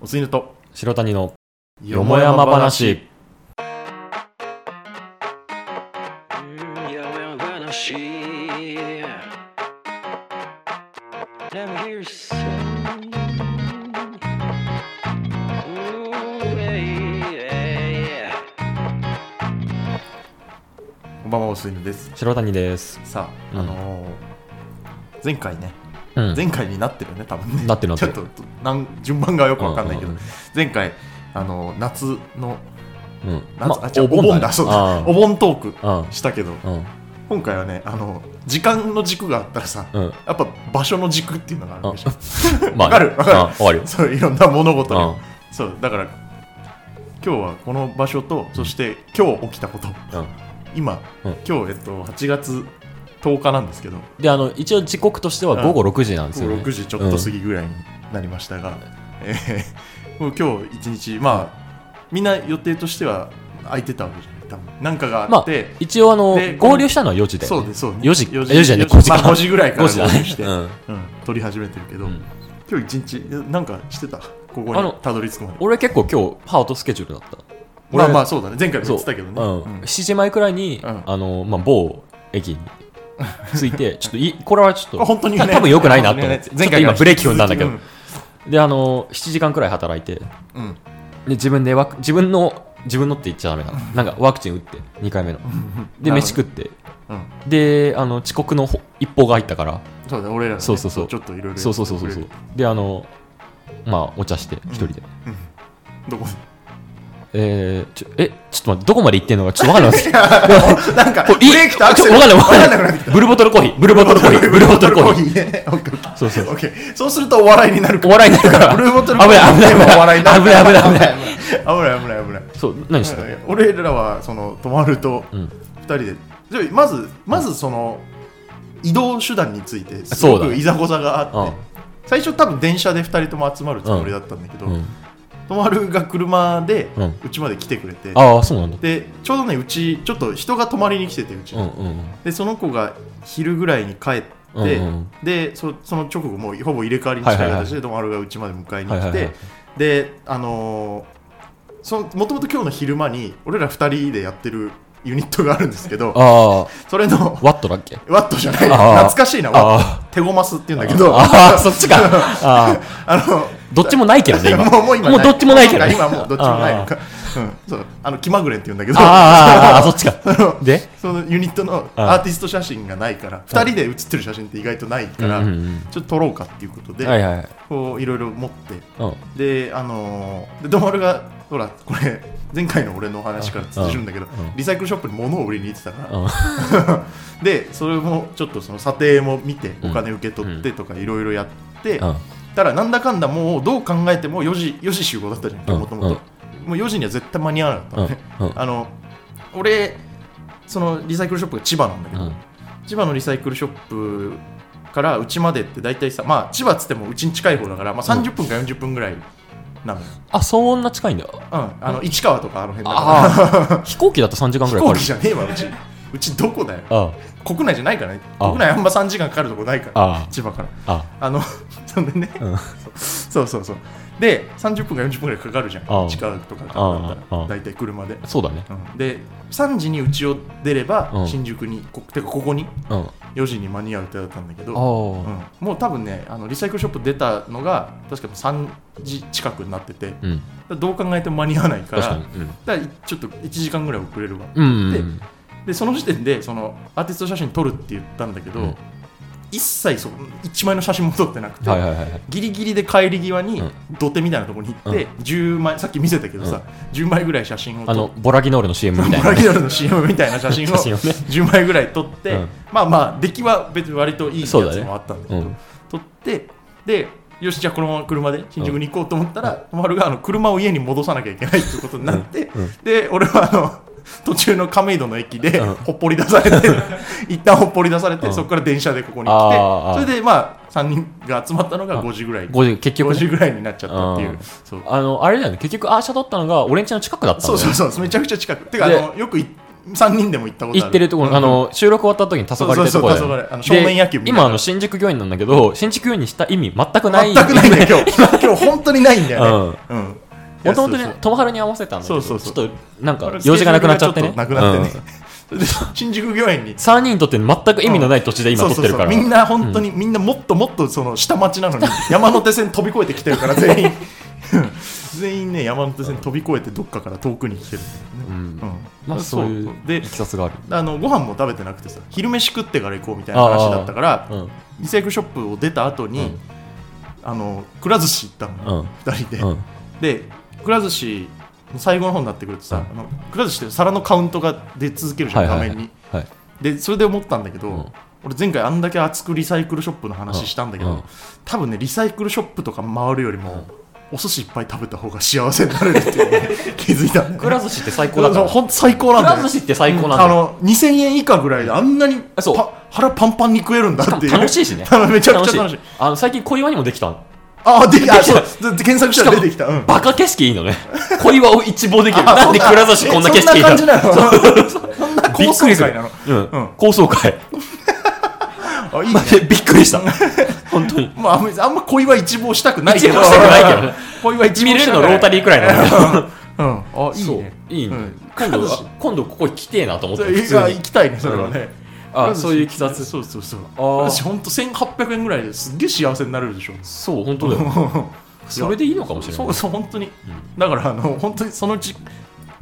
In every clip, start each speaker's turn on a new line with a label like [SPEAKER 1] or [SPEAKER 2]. [SPEAKER 1] おついぬと
[SPEAKER 2] 白谷のよもやま話
[SPEAKER 1] こんばんはおついぬです
[SPEAKER 2] 白谷です
[SPEAKER 1] さあ、
[SPEAKER 2] うん
[SPEAKER 1] あのー前回ね、
[SPEAKER 2] うん
[SPEAKER 1] 前回になってるね多分ね
[SPEAKER 2] なってるなってる
[SPEAKER 1] ちょっとなん順番がよくわかんないけど、
[SPEAKER 2] うんうん
[SPEAKER 1] 前回あのー夏の
[SPEAKER 2] うん
[SPEAKER 1] 夏、
[SPEAKER 2] ま
[SPEAKER 1] あ違うお盆だそうだお盆トーク
[SPEAKER 2] あ
[SPEAKER 1] したけど
[SPEAKER 2] あうん
[SPEAKER 1] 今回はねあのー時間の軸があったらさ、
[SPEAKER 2] うん
[SPEAKER 1] やっぱ場所の軸っていうのがあるでしょ
[SPEAKER 2] ま
[SPEAKER 1] わ
[SPEAKER 2] あ
[SPEAKER 1] かるわかる
[SPEAKER 2] あわかるよ
[SPEAKER 1] そういろんな物事に
[SPEAKER 2] あ
[SPEAKER 1] そうだから今日はこの場所とそして今日起きたこと
[SPEAKER 2] うん
[SPEAKER 1] 今、
[SPEAKER 2] うん
[SPEAKER 1] 今日、えっと、8月10日なんですけど、
[SPEAKER 2] であの一応時刻としては午後6時なんですよね
[SPEAKER 1] 6時ちょっと過ぎぐらいになりましたが、えーもう今日一日、まあ、みんな予定としては空いてたわけじゃない、多分なんかがあって、
[SPEAKER 2] 一応あの
[SPEAKER 1] で
[SPEAKER 2] 合流したのは4時で
[SPEAKER 1] そうです、そうです、
[SPEAKER 2] 4時
[SPEAKER 1] 4
[SPEAKER 2] 4時じゃね
[SPEAKER 1] 4
[SPEAKER 2] 5
[SPEAKER 1] 時
[SPEAKER 2] 時
[SPEAKER 1] ま
[SPEAKER 2] か
[SPEAKER 1] あ5時ぐらいから
[SPEAKER 2] 5時だ
[SPEAKER 1] 合流
[SPEAKER 2] ね
[SPEAKER 1] して、
[SPEAKER 2] う
[SPEAKER 1] うん
[SPEAKER 2] ん
[SPEAKER 1] 撮り始めてるけど、
[SPEAKER 2] うん
[SPEAKER 1] 今日一日、えなんかしてた、ここ
[SPEAKER 2] あ
[SPEAKER 1] に
[SPEAKER 2] の
[SPEAKER 1] たどり着くまで。
[SPEAKER 2] 俺結構今日パートスケジュールだった
[SPEAKER 1] まあまあ、そ
[SPEAKER 2] そ
[SPEAKER 1] うだね、前回も言ってたけどね。
[SPEAKER 2] う
[SPEAKER 1] うん
[SPEAKER 2] ん7時前くらいに
[SPEAKER 1] うん
[SPEAKER 2] あのまあ某駅に着いてちょっといこれはちょっと
[SPEAKER 1] 本当にね、
[SPEAKER 2] 多分良くないなと思って
[SPEAKER 1] 本当にね
[SPEAKER 2] ちょっと今ブレーキ踏んだんだけど
[SPEAKER 1] うん
[SPEAKER 2] であの7時間くらい働いてで
[SPEAKER 1] うん
[SPEAKER 2] 自分でワク自分の自分のって言っちゃダメだななんかワクチン打って2回目ので
[SPEAKER 1] なるほど
[SPEAKER 2] 飯食って
[SPEAKER 1] うん
[SPEAKER 2] であの遅刻のほ一報が入ったから
[SPEAKER 1] そうだね、俺らがね
[SPEAKER 2] そうそうそう
[SPEAKER 1] ちょっといろいろ
[SPEAKER 2] そうそうそうそうそうであのまあお茶して一人で、
[SPEAKER 1] どこ
[SPEAKER 2] えーちょえちょっと待ってどこまで行ってんのかちょっと分かんなくなって
[SPEAKER 1] なんか、
[SPEAKER 2] これいい
[SPEAKER 1] ブレーキとアクセル
[SPEAKER 2] ちょっと分かんな
[SPEAKER 1] 分か
[SPEAKER 2] い
[SPEAKER 1] んなくなってきた
[SPEAKER 2] ブルボトルコーヒーブルボトルコーヒーブルボトルコーヒー
[SPEAKER 1] ヒーね。オッケーオッケー
[SPEAKER 2] そうそう
[SPEAKER 1] オッケーそうするとお笑いになるか
[SPEAKER 2] お笑いになるから
[SPEAKER 1] ら。ブルーボトル
[SPEAKER 2] 危ない危ない危ない
[SPEAKER 1] お笑いになる
[SPEAKER 2] 危ない危ない危
[SPEAKER 1] ない。危な
[SPEAKER 2] ない
[SPEAKER 1] い危ない危ない。
[SPEAKER 2] そう何してた
[SPEAKER 1] うん俺らは、その、泊まると、
[SPEAKER 2] うん
[SPEAKER 1] 二人で。じゃあまず、まずその、移動手段について、す
[SPEAKER 2] そ
[SPEAKER 1] ご
[SPEAKER 2] うだ
[SPEAKER 1] く
[SPEAKER 2] ね
[SPEAKER 1] いざこざがあって、最初多分電車で二人とも集まるつもりだったんだけど
[SPEAKER 2] う、ん
[SPEAKER 1] 泊まるが車で
[SPEAKER 2] うん、
[SPEAKER 1] うちまで来てくれて、
[SPEAKER 2] ああそうなんだ
[SPEAKER 1] で、ちょうどね、うち、ちょっと人が泊まりに来てて、うち
[SPEAKER 2] う
[SPEAKER 1] に
[SPEAKER 2] んうんうん
[SPEAKER 1] でその子が昼ぐらいに帰って、
[SPEAKER 2] うんうん
[SPEAKER 1] でそその直後もうほぼ入れ替わりに近い
[SPEAKER 2] はいはいは
[SPEAKER 1] 形
[SPEAKER 2] い
[SPEAKER 1] でドマルがうちまで迎えに来て、
[SPEAKER 2] はいはいはい
[SPEAKER 1] であのーそもともと今日の昼間に俺ら2人でやってるユニットがあるんですけど
[SPEAKER 2] ああ
[SPEAKER 1] それの
[SPEAKER 2] ワットだっけ
[SPEAKER 1] ワットじゃない
[SPEAKER 2] あー
[SPEAKER 1] 懐かしいなワッ
[SPEAKER 2] あ
[SPEAKER 1] ト手ごますって言うんだけどあ
[SPEAKER 2] ああそ っちかああ
[SPEAKER 1] の
[SPEAKER 2] どっちもないけどね今
[SPEAKER 1] もうもう今
[SPEAKER 2] もうどっちもないけどね
[SPEAKER 1] 今もうどっちもないのか、うん、そうあの気まぐれって言うんだけど
[SPEAKER 2] あーあーあーあーそっちかで
[SPEAKER 1] そのユニットのアーティスト写真がないから2人で写ってる写真って意外とないから、
[SPEAKER 2] うんうんうん
[SPEAKER 1] ちょっと撮ろうかっていうことで、
[SPEAKER 2] はいはいはい
[SPEAKER 1] こういろいろ持って
[SPEAKER 2] うん
[SPEAKER 1] であのーでドマルがほらこれ前回の俺のお話から通じるんだけど、
[SPEAKER 2] うんうん
[SPEAKER 1] リサイクルショップに物を売りに行ってたから、
[SPEAKER 2] うん
[SPEAKER 1] でそれもちょっとその査定も見て
[SPEAKER 2] うん
[SPEAKER 1] お金受け取ってとかいろいろやって、
[SPEAKER 2] うん
[SPEAKER 1] たらなんだかんだもうどう考えても4時 ,4 時集合だったじゃん
[SPEAKER 2] うん
[SPEAKER 1] もともともう4時には絶対間に合わなかったのね、
[SPEAKER 2] うんうん
[SPEAKER 1] あの俺そのリサイクルショップが千葉なんだけ
[SPEAKER 2] う
[SPEAKER 1] ど、
[SPEAKER 2] ん
[SPEAKER 1] 千葉のリサイクルショップからうちまでって大体さまあ千葉っつってもうちに近い方だから、まあ、30分か40分ぐらいなのよ、
[SPEAKER 2] あそんな近いんだ
[SPEAKER 1] うんあの市川とかあの辺だか
[SPEAKER 2] ああ飛行機だと3時間
[SPEAKER 1] ら
[SPEAKER 2] ぐ
[SPEAKER 1] 飛
[SPEAKER 2] ら
[SPEAKER 1] 行
[SPEAKER 2] いかかる
[SPEAKER 1] 機じゃねえわうちうちどこだよ
[SPEAKER 2] あ
[SPEAKER 1] 国内じゃないからね
[SPEAKER 2] あ
[SPEAKER 1] 国内あんま3時間かかるとこないから
[SPEAKER 2] あ
[SPEAKER 1] 千葉から
[SPEAKER 2] ああ
[SPEAKER 1] あの そんでね
[SPEAKER 2] うん
[SPEAKER 1] そうそうそうで30分か40分ぐらいかかるじゃ
[SPEAKER 2] あ
[SPEAKER 1] ん
[SPEAKER 2] あ
[SPEAKER 1] 市川とかからだった
[SPEAKER 2] あああ
[SPEAKER 1] ら
[SPEAKER 2] あ
[SPEAKER 1] 大体車で、
[SPEAKER 2] そうだね
[SPEAKER 1] うんで3時にうちを出れば、
[SPEAKER 2] うん
[SPEAKER 1] 新宿にこてかここに
[SPEAKER 2] うんあ
[SPEAKER 1] 4時に間に合う予定だったんだけど
[SPEAKER 2] あ
[SPEAKER 1] うん、もう多分ねあのリサイクルショップ出たのが確か3時近くになってて
[SPEAKER 2] うん
[SPEAKER 1] どう考えても間に合わないから
[SPEAKER 2] 確かにうん
[SPEAKER 1] だからちょっと1時間ぐらい遅れるわ
[SPEAKER 2] うん
[SPEAKER 1] で
[SPEAKER 2] うん
[SPEAKER 1] でその時点でそのアーティスト写真撮るって言ったんだけど、
[SPEAKER 2] うん
[SPEAKER 1] 一切そ1枚の写真も撮ってなくて、
[SPEAKER 2] はいはいはいはい
[SPEAKER 1] ギリギリで帰り際に
[SPEAKER 2] うん
[SPEAKER 1] 土手みたいなところに行って、10枚さっき見せたけどさ、10枚ぐらい写真を撮
[SPEAKER 2] あ
[SPEAKER 1] っ
[SPEAKER 2] のボラギノールの CM みたい
[SPEAKER 1] ボラ
[SPEAKER 2] な
[SPEAKER 1] ギドルの CM みたいな写真を
[SPEAKER 2] 写真をね
[SPEAKER 1] 10枚ぐらい撮って、
[SPEAKER 2] うん
[SPEAKER 1] まあまあ出来は別に割といいやつ
[SPEAKER 2] そうだね
[SPEAKER 1] もあったんだけど
[SPEAKER 2] うん
[SPEAKER 1] 撮ってでよしじゃあこのまま車で新宿に行こうと思ったら、泊まるがあの車を家に戻さなきゃいけないっていうことになって、
[SPEAKER 2] うんうん
[SPEAKER 1] で俺はあの途中の亀戸の駅で
[SPEAKER 2] うん
[SPEAKER 1] ほっぽり出され て、一旦ほっぽり出されて、
[SPEAKER 2] うん
[SPEAKER 1] そこから電車でここに
[SPEAKER 2] あ
[SPEAKER 1] 来
[SPEAKER 2] ー
[SPEAKER 1] てそれでまあ3人が集まったのが
[SPEAKER 2] あ
[SPEAKER 1] 5時ぐらい
[SPEAKER 2] ごじ結局
[SPEAKER 1] 5
[SPEAKER 2] ね
[SPEAKER 1] 時ぐらいになっちゃったっていううんそう
[SPEAKER 2] あのあれだよね結局アーシャ撮ったのが俺んちの近くだったんだ
[SPEAKER 1] そ
[SPEAKER 2] よ
[SPEAKER 1] う
[SPEAKER 2] ね
[SPEAKER 1] そうそうめちゃくちゃ近くてかあ
[SPEAKER 2] で
[SPEAKER 1] のよくい3人でも行ったことある
[SPEAKER 2] 行ってるところ、あの収録終わった時に黄昏ってと
[SPEAKER 1] そうそ
[SPEAKER 2] こ
[SPEAKER 1] うそう
[SPEAKER 2] ろ
[SPEAKER 1] 黄昏あの正面野球見ながら
[SPEAKER 2] 今あの新宿御苑なんだけど新宿御苑にした意味全くない
[SPEAKER 1] 全く ないんだよ今日 今日本当にないんだよねうんい
[SPEAKER 2] も
[SPEAKER 1] や
[SPEAKER 2] と
[SPEAKER 1] そ
[SPEAKER 2] も
[SPEAKER 1] うそ
[SPEAKER 2] と
[SPEAKER 1] う
[SPEAKER 2] ね友春に合わせたんだけど
[SPEAKER 1] そうそうそう
[SPEAKER 2] ちょっとなんか用事がなくなっちゃってね
[SPEAKER 1] なくなって
[SPEAKER 2] うん
[SPEAKER 1] ね、それで新宿御苑に
[SPEAKER 2] 3人にとって全く意味のない土地で今撮ってるか
[SPEAKER 1] そ
[SPEAKER 2] ら、
[SPEAKER 1] うそうそうみんな本当に、みんなもっともっとその下町なのに山手線飛び越えてきてるから全員 全員ね山手線飛び越えてどっかから遠くに来てるんだよ
[SPEAKER 2] う
[SPEAKER 1] ね、
[SPEAKER 2] ん
[SPEAKER 1] うん
[SPEAKER 2] まあそういう
[SPEAKER 1] で
[SPEAKER 2] いきさつがある
[SPEAKER 1] あのご飯も食べてなくてさ昼飯食ってから行こうみたいな話だったから
[SPEAKER 2] うん
[SPEAKER 1] リサイクルショップを出た後に、
[SPEAKER 2] うん
[SPEAKER 1] あのくら寿司行ったの、
[SPEAKER 2] うん
[SPEAKER 1] 二人で、
[SPEAKER 2] うん
[SPEAKER 1] でくら寿司の最後の方になってくるとさ、あのくら寿司って皿のカウントが出続けるじゃん、
[SPEAKER 2] はいはい
[SPEAKER 1] 画面に
[SPEAKER 2] はいはい
[SPEAKER 1] でそれで思ったんだけど、
[SPEAKER 2] うん
[SPEAKER 1] 俺前回あんだけ熱くリサイクルショップの話したんだけど、
[SPEAKER 2] うん
[SPEAKER 1] 多分ねリサイクルショップとか回るよりも、お寿司いっぱい食べた方が幸せになれるっていうね 気づいたんだよ
[SPEAKER 2] くら寿司って最高だから
[SPEAKER 1] ほんと最高なんだよ
[SPEAKER 2] くら寿司って最高なんだよ
[SPEAKER 1] うあの2000円以下ぐらいであんなに
[SPEAKER 2] あそう
[SPEAKER 1] パ腹パンパンに食えるんだっていう
[SPEAKER 2] 楽しいしね
[SPEAKER 1] めちゃくちゃ楽しい
[SPEAKER 2] あの最近小岩にもできた
[SPEAKER 1] ああできた
[SPEAKER 2] できた
[SPEAKER 1] そうで検索したら出てきたうん
[SPEAKER 2] バカ景色いいのね小岩を一望できる
[SPEAKER 1] あ
[SPEAKER 2] な
[SPEAKER 1] そ
[SPEAKER 2] んでくら寿司こんな景色いい
[SPEAKER 1] え
[SPEAKER 2] の
[SPEAKER 1] そんな感じなのそんな
[SPEAKER 2] び
[SPEAKER 1] 高
[SPEAKER 2] っく
[SPEAKER 1] 層
[SPEAKER 2] りする
[SPEAKER 1] 階なの
[SPEAKER 2] う
[SPEAKER 1] うん
[SPEAKER 2] ん高層階
[SPEAKER 1] あいいね
[SPEAKER 2] マジでびっく りした本当に
[SPEAKER 1] まああんまあんま小岩一望したくないけど
[SPEAKER 2] 一望したくないけ どね
[SPEAKER 1] 小岩一望
[SPEAKER 2] 見れ
[SPEAKER 1] し
[SPEAKER 2] る
[SPEAKER 1] た
[SPEAKER 2] の
[SPEAKER 1] く
[SPEAKER 2] ロ
[SPEAKER 1] ない
[SPEAKER 2] ータリーくらいなんだ
[SPEAKER 1] うんあいい
[SPEAKER 2] そう
[SPEAKER 1] ね
[SPEAKER 2] いいね
[SPEAKER 1] うん
[SPEAKER 2] 今度
[SPEAKER 1] くら寿司
[SPEAKER 2] 今度ここ来てえなと思っ
[SPEAKER 1] そ
[SPEAKER 2] て
[SPEAKER 1] れ
[SPEAKER 2] 普
[SPEAKER 1] い
[SPEAKER 2] 通
[SPEAKER 1] や
[SPEAKER 2] に
[SPEAKER 1] 行きたいねそれはね
[SPEAKER 2] あそういう気さつ
[SPEAKER 1] そうそうそう
[SPEAKER 2] ー
[SPEAKER 1] 私ほんと1800円ぐらいですっげえ幸せになれるでしょ
[SPEAKER 2] そう本当だよ それでいいのかもしれな
[SPEAKER 1] そ
[SPEAKER 2] いう
[SPEAKER 1] そう本当に、だからあの本当にそのうち